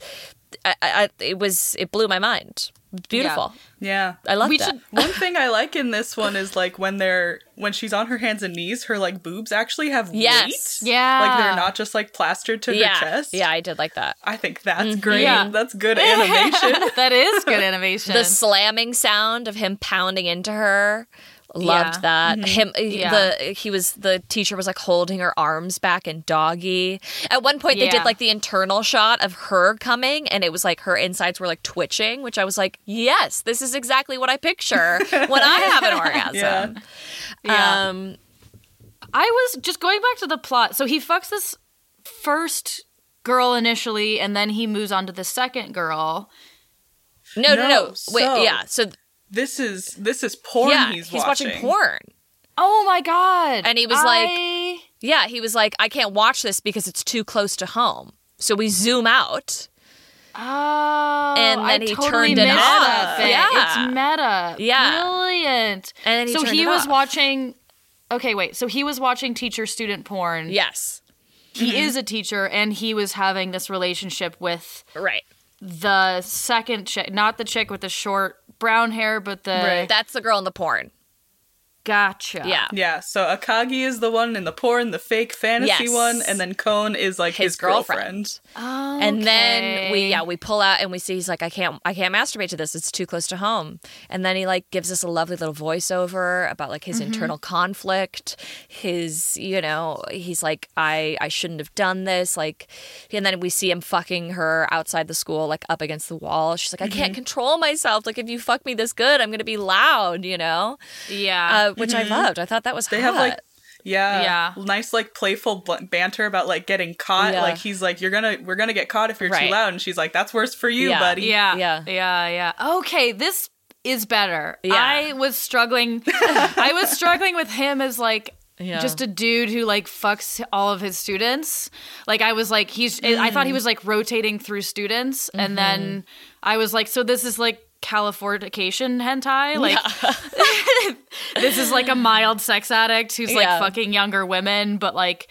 A: I, I, it was it blew my mind. Beautiful.
C: yeah.
A: I love
B: We
A: that.
B: should-
C: One thing I like in this one is like when they're when she's on her hands and knees, her like boobs actually have
A: Yes.
C: weight.
B: Yeah.
C: like they're not just like plastered to
A: yeah,
C: her chest.
A: yeah, Mm-hmm. I did like that.
C: I think that's great.
B: Yeah.
C: That's good animation.
B: that is good animation.
A: the slamming sound of him pounding into her loved
B: Yeah.
A: that him uh,
B: Yeah.
A: the he was the teacher was like holding her arms back and doggy at one point they
B: Yeah.
A: did like the internal shot of her coming and it was like her insides were like twitching which i was like yes this is exactly what i picture when i have an orgasm
B: Yeah.
A: um
B: I was just going back to the plot. So he fucks this first girl initially, and then he moves on to the second girl.
A: no no no,
C: No,
A: wait
C: so-
A: yeah so
C: This is this is porn
A: yeah
C: he's,
A: watching porn
B: Oh my god!
A: And he was
B: I-
A: Yeah, he was like, I can't watch this because it's too close to home. So we zoom out.
B: "Oh,
A: And
B: I
A: then he
B: totally
A: turned it
B: missed
A: off.
B: that bit.
A: Yeah.
B: it's meta.
A: Yeah.
B: brilliant.
A: And then he
B: so
A: turned
B: he
A: it
B: was
A: off.
B: watching. Okay, wait. So he was watching teacher student porn.
A: Yes.
B: he
A: Mm-hmm.
B: is a teacher, and he was having this relationship with
A: Right.
B: the second chick, not the chick with the short brown hair, but the
A: That's the girl in the porn.
B: gotcha.
A: Yeah.
C: Yeah, so Akagi is the one in the porn, the fake fantasy
A: Yes.
C: one, and then Cone is like his,
A: His girlfriend.
C: girlfriend.
A: And then we yeah, we pull out and we see he's like, I can't I can't masturbate to this. It's too close to home. And then he like gives us a lovely little voiceover about like
C: Mm-hmm.
A: his internal conflict, his you know, he's like, I I shouldn't have done this, like and then we see him fucking her outside the school, like up against the wall. She's like, I
C: Mm-hmm.
A: can't control myself. Like if you fuck me this good, I'm gonna be loud, you know?
B: Yeah.
A: Uh, which I loved. I thought that was
C: Mm-hmm. They
A: hot.
C: have like yeah,
B: Yeah.
C: nice like playful bl- banter about like getting caught.
A: Yeah.
C: Like he's like, "You're gonna, we're gonna get caught if you're
A: Right.
C: too loud," and she's like, "That's worse for you,
A: Yeah.
C: buddy."
B: yeah.
A: yeah.
B: Yeah. Yeah. Okay. This is better.
A: Yeah.
B: I was struggling. I was struggling with him as like.
A: Yeah.
B: Just a dude who like fucks all of his students. Like I was like he's.
A: Mm.
B: I thought he was like rotating through students,
A: Mm-hmm.
B: and then I was like, so this is like Californication hentai. Like this is like a mild sex addict who's like
A: Yeah.
B: fucking younger women, but like.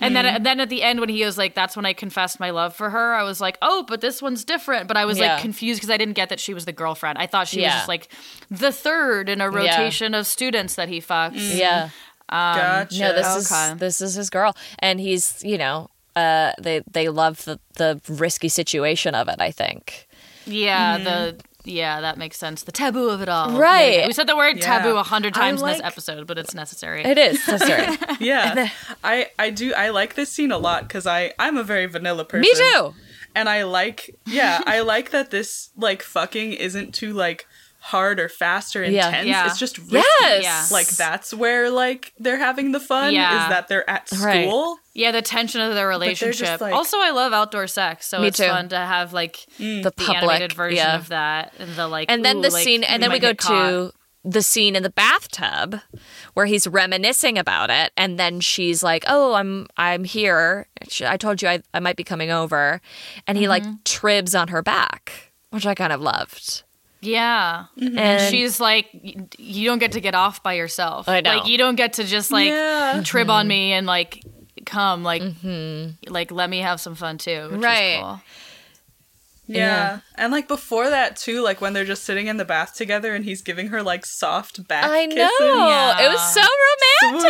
B: And then,
A: Mm.
B: and then at the end, when he was like, "That's when I confessed my love for her," I was like, "Oh, but this one's different." But I was
A: Yeah.
B: like confused because I didn't get that she was the girlfriend. I thought she was
A: Yeah.
B: just like the third in a rotation of students that he fucks.
A: Mm. yeah.
C: gotcha.
A: No, this
B: Okay.
A: is this is his girl, and he's you know uh, they they love the the risky situation of it. I think.
B: Yeah,
A: Mm-hmm.
B: the yeah that makes sense. The taboo of it all.
A: Right.
B: Yeah, we said the word taboo
C: Yeah.
B: a hundred times in
A: like-
B: this episode, but it's necessary.
A: It is. That's right.
C: yeah, I I do I like this scene a lot because I I'm a very vanilla person.
A: Me too.
C: and I like yeah, I like that this like fucking isn't too like hard or fast or
A: Yeah.
C: intense.
B: Yeah.
C: It's just risky.
A: Yes.
B: Yeah.
C: Like that's where like they're having the fun
B: Yeah.
C: is that they're at school.
A: Right.
B: Yeah, the tension of their
C: just,
B: relationship.
C: like-
B: also, I love outdoor sex, so
A: Me
B: it's
A: too.
B: fun to have like
A: The
B: the
A: public
B: animated version
A: yeah.
B: of that and the like.
A: And then
B: ooh,
A: the
B: like,
A: scene, and then we
B: might
A: go
B: get caught.
A: to the scene in the bathtub where he's reminiscing about it, and then she's like, "Oh, I'm I'm here. She- I told you I, I might be coming over," and he
B: Mm-hmm.
A: like tribs on her back, which I kind of loved.
B: yeah,
A: And
B: Mm-hmm. she's like, "Y- you don't get to get off by yourself.
A: I know.
B: Like you don't get to just like
C: Yeah.
B: trib on me and like come like like let me have some fun too. Which
A: Mm-hmm. Right.
B: Is cool.
C: Yeah. And like before that too, like when they're just sitting in the bath together and he's giving her like soft back
A: I know
C: kisses.
A: it was so romantic.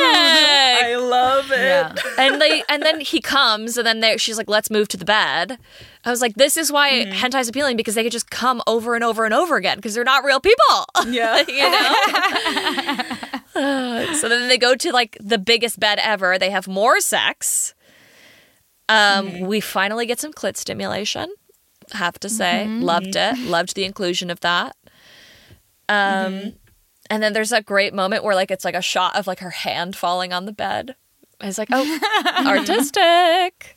C: I love it.
B: Yeah.
A: and they and then he comes and then they, she's like let's move to the bed i was like this is why hentai's appealing because they could just come over and over and over again because they're not real people
C: Yeah.
A: you know so then they go to like the biggest bed ever they have more sex um we finally get some clit stimulation have to say loved it loved the inclusion of that Um, And then there's that great moment where like it's like a shot of like her hand falling on the bed. I was like, oh, artistic.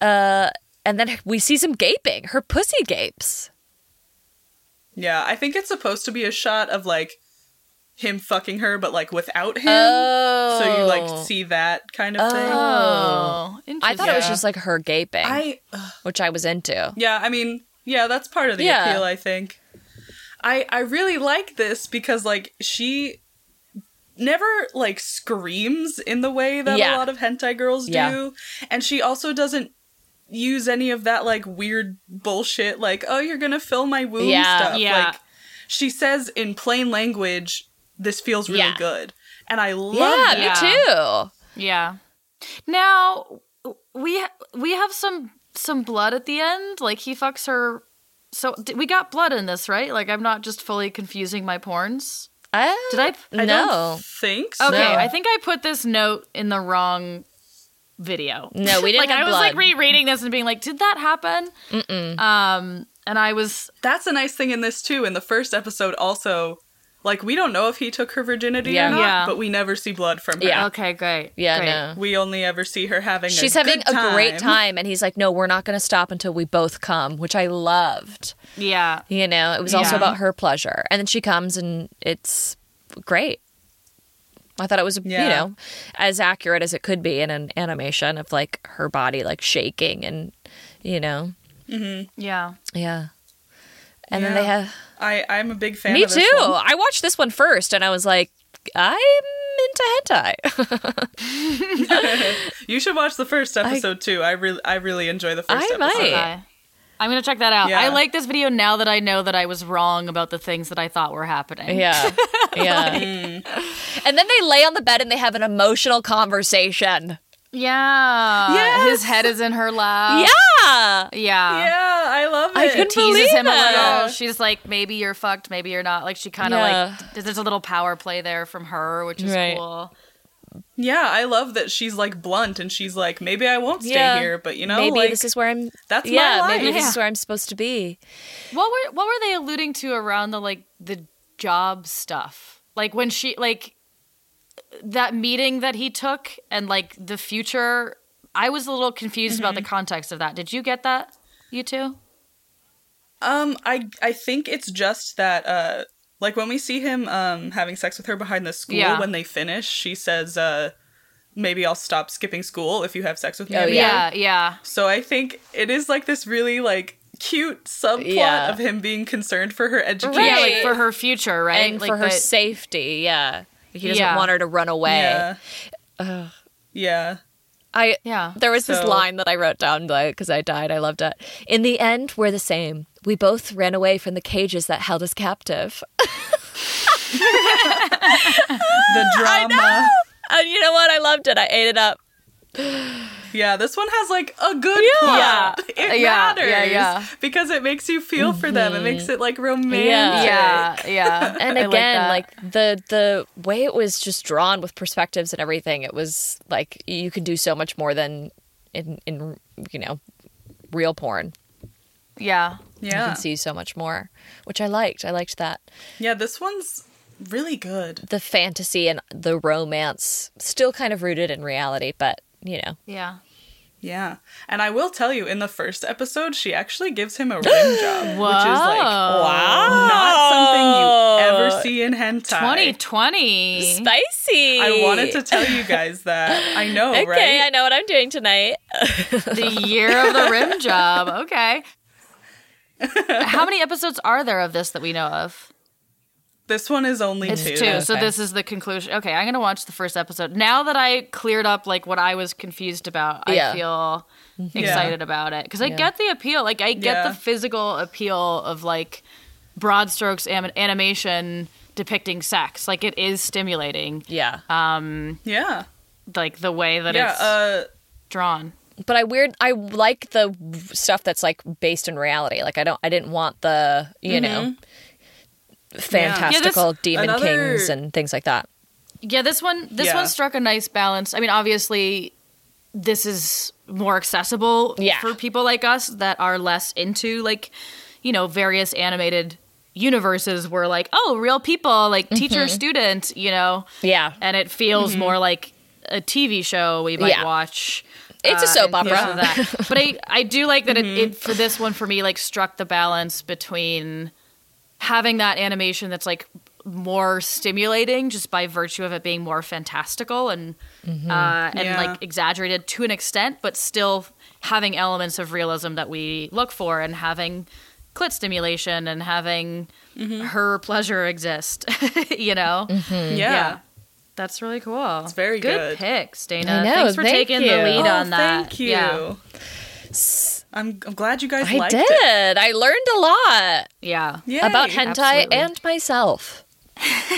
A: uh, and then we see some gaping. Her pussy gapes.
C: Yeah, I think it's supposed to be a shot of like him fucking her, but like without him. So you
A: Oh.
C: like see that kind of thing.
B: Oh,
A: I thought it was
C: Yeah.
A: just like her gaping,
C: I
A: which I was into.
C: yeah, I mean yeah, that's part of the
A: Yeah.
C: appeal. I think. I I really like this because like she never like screams in the way that
A: Yeah.
C: a lot of hentai girls do,
A: Yeah.
C: and she also doesn't use any of that like weird bullshit like oh you're gonna fill my womb
A: Yeah.
C: stuff
B: Yeah.
C: like she says in plain language this feels really
A: Yeah.
C: good and i love
A: Yeah,
C: that.
B: Yeah.
A: me too.
B: Yeah. Now we we have some some blood at the end. Like he fucks her. So d- we got blood in this, right? Like I'm not just fully confusing my porns.
A: Uh,
B: Did I?
C: I
A: no, Oh,
C: don't think so.
B: Okay,
A: No.
B: I think I put this note in the wrong video.
A: no, we didn't
B: like
A: have
B: I was like
A: blood.
B: rereading this and being like, did that happen? Mm-mm. Um, and I was
C: That's a nice thing in this too. In the first episode, also, like we don't know if he took her virginity
A: Yeah.
C: or not,
B: Yeah.
C: but we never see blood from her.
A: Yeah.
B: okay, great.
A: yeah,
B: great.
A: no.
C: We only ever see her having.
A: She's
C: a
A: having
C: good
A: a great time, and he's like, "No, we're not going to stop until we both come," which I loved.
B: Yeah,
A: You know, it was also
B: Yeah.
A: about her pleasure, and then she comes, and it's great. I thought it was, you
C: Yeah.
A: know, as accurate as it could be in an animation of like her body like shaking and, you know,
B: yeah.
A: yeah. And then they
C: Yeah.
A: have
C: I I'm a big fan.
A: me
C: of
A: too.
C: this one.
A: I watched this one first, and I was like, I'm into hentai.
C: You should watch the first episode too. I really I really enjoy the first.
A: I
C: episode.
A: might.
B: Okay. I'm gonna check that out.
C: Yeah.
B: I like this video now that I know that I was wrong about the things that I thought were happening.
A: Yeah. Yeah.
C: Mm.
A: and then they lay on the bed and they have an emotional conversation.
B: Yeah.
C: Yes!
B: His head is in her
C: Oh.
B: lap.
A: yeah.
B: Yeah.
C: Yeah, I love it.
A: I couldn't believe
B: Teases him a little.
A: it.
B: She's like, maybe you're fucked, maybe you're not. Like, she kind of
A: Yeah.
B: like, there's a little power play there from her, which is
A: Right.
B: cool.
C: yeah, I love that she's like blunt and she's like, maybe I won't stay
A: Yeah.
C: here, but you know,
A: maybe
C: like,
A: this is where I'm.
C: that's my
A: yeah. Maybe
C: life.
A: this is
B: Yeah.
A: where I'm supposed to be.
B: What were what were they alluding to around the like the job stuff? Like when she like that meeting that he took and like the future. I was a little confused about the context of that. Did you get that? You two?
C: Um, I I think it's just that uh like when we see him um having sex with her behind the school
B: Yeah.
C: when they finish, she says uh maybe I'll stop skipping school if you have sex with me.
A: Oh,
C: again."
A: Yeah.
B: Yeah, yeah.
C: So I think it is like this really like cute subplot
A: Yeah.
C: of him being concerned for her education.
B: Yeah,
A: Right.
B: like for her future, right?
A: And
B: like
A: for her
B: that-
A: safety. Yeah. He doesn't
B: Yeah.
A: want her to run away.
C: Yeah. Yeah.
A: I
B: Yeah.
A: There was this
C: So-
A: line that I wrote down because I died. I loved it. In the end, we're the same. We both ran away from the cages that held us captive.
C: The drama.
A: And you know what? I loved it. I ate it up.
C: Yeah, this one has like a good plot. It
B: Yeah,
C: matters.
B: yeah, yeah. Mm-hmm.
C: Because it makes you feel for them. It makes it like romantic.
B: Uh, Yeah, yeah.
A: and
B: I
A: again
B: that.
A: like, the the way it was just drawn with perspectives and everything it was like you could do so much more than in in you know real porn
B: yeah.
A: you
C: Yeah.
A: can see so much more which i liked i liked that
C: Yeah, this one's really good.
A: the fantasy and the romance still kind of rooted in reality but you know
B: Yeah.
C: Yeah. And I will tell you, in the first episode, she actually gives him a rim job, which is like not something you ever see in hentai.
B: 2020.
A: spicy
C: Mm-hmm. I wanted to tell you guys that. I know,
A: okay i
C: right?
A: know what i'm doing tonight
B: the year of the rim job. Okay. How many episodes are there of this that we know of?
C: This one is only
B: It's
C: two.
B: two. So this is the conclusion. Okay, I'm going to watch the first episode. Now that I cleared up like what I was confused about,
A: Yeah. Mhm.
B: I feel excited about it cuz I get the appeal. Like I get
C: Yeah.
B: the physical appeal of like broad strokes am- animation depicting sex. Like it is stimulating um,
A: yeah
C: Yeah.
B: like the way that
C: Yeah.
B: it's
C: Uh,
B: drawn.
A: but I weird I like the stuff that's like based in reality. Like I don't I didn't want the, you
C: Mm-hmm.
A: know, fantastical
B: Yeah,
A: demon
C: another-
A: kings and things like that.
B: Yeah, this one this
C: Yeah.
B: one struck a nice balance. I mean, obviously this is more accessible
A: Yeah.
B: for people like us that are less into like, you know, various animated universes were like, oh, real people, like teacher, student, you know?
A: Mm-hmm. Yeah. Mm-hmm.
B: And it feels more like a TV show we might
A: Yeah.
B: watch.
A: It's a
B: uh,
A: soap
B: and
A: opera.
B: things like that. But I, I do like that it,
A: Mm-hmm.
B: it for this one for me like struck the balance between having that animation that's like more stimulating just by virtue of it being more fantastical and
A: Mm-hmm.
B: uh, and
C: Yeah.
B: like exaggerated to an extent, but still having elements of realism that we look for and having clit stimulation and having
C: Mm-hmm.
B: her pleasure exist. you know,
A: Mm.
C: Yeah.
B: that's really cool. It's
C: very good.
B: picks, Dana.
A: I know,
B: Thanks for
A: thank
B: taking
A: you.
B: the lead
C: Oh,
B: on that.
C: Thank you.
B: Yeah.
C: I'm, I'm glad you guys
A: I
C: liked
A: did.
C: it.
A: I learned a lot
B: yeah.
C: Yay.
A: about hentai
B: absolutely.
A: and myself.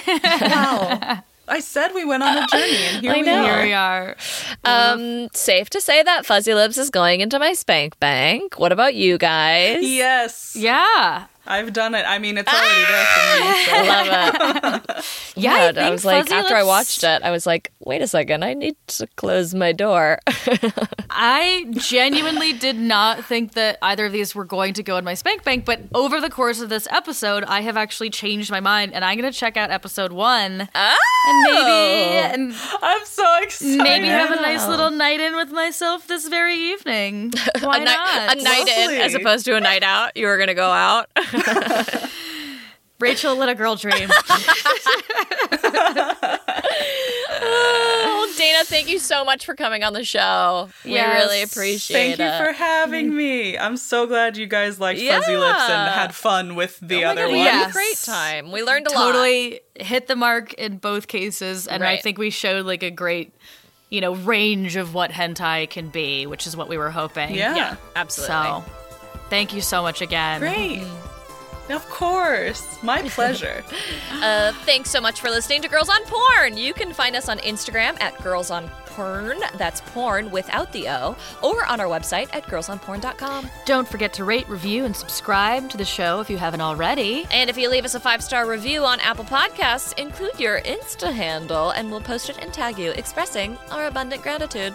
C: Wow. I said we went on a journey, and here
A: I
C: we
A: know.
C: are.
B: Here we are.
A: Um, safe to say that Fuzzy Lips is going into my spank bank. What about you guys?
C: Yes,
B: Yeah.
C: I've done it. I mean, it's already there for me. So.
A: Love it.
B: Yeah.
A: God, I,
B: think
A: was like,
B: Fuzzy
A: after I
B: Lips-
A: watched it, I was like, wait a second, I need to close my door.
B: I genuinely did not think that either of these were going to go in my spank bank, but over the course of this episode, I have actually changed my mind, and I'm going to check out episode one
A: Ah,
B: and
A: Oh.
B: maybe and
C: I'm so excited.
B: maybe have a nice little night in with myself this very evening. Why
A: a, night,
B: not?
A: a night in
C: Lovely.
A: as opposed to a night out. You were going to go out.
B: Rachel let a girl dream.
A: well, Oh, Dana, thank you so much for coming on the show.
B: Yes.
A: we really appreciate
C: Thank you
A: it.
C: for having me. I'm so glad you guys liked Fuzzy Lips and
A: Yeah.
C: had fun with the
A: Oh my
C: other
A: God,
C: one.
A: we had a
B: Yes.
A: great time. We learned a lot.
B: totally hit the mark in both cases, and I
A: Right.
B: think we showed like a great, you know, range of what hentai can be, which is what we were hoping.
C: Yeah.
A: Yeah, absolutely.
B: So, thank you so much again.
C: Great. Of course. My pleasure.
A: Uh, thanks so much for listening to Girls on Porn. You can find us on Instagram at Girls on Porn. That's porn without the O, or on our website at girlsonporn.com.
B: Don't forget to rate, review, and subscribe to the show if you haven't already.
A: And if you leave us a five star review on Apple Podcasts, include your Insta handle and we'll post it and tag you, expressing our abundant gratitude.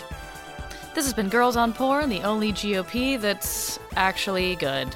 B: This has been Girls on Porn, the only GOP that's actually good.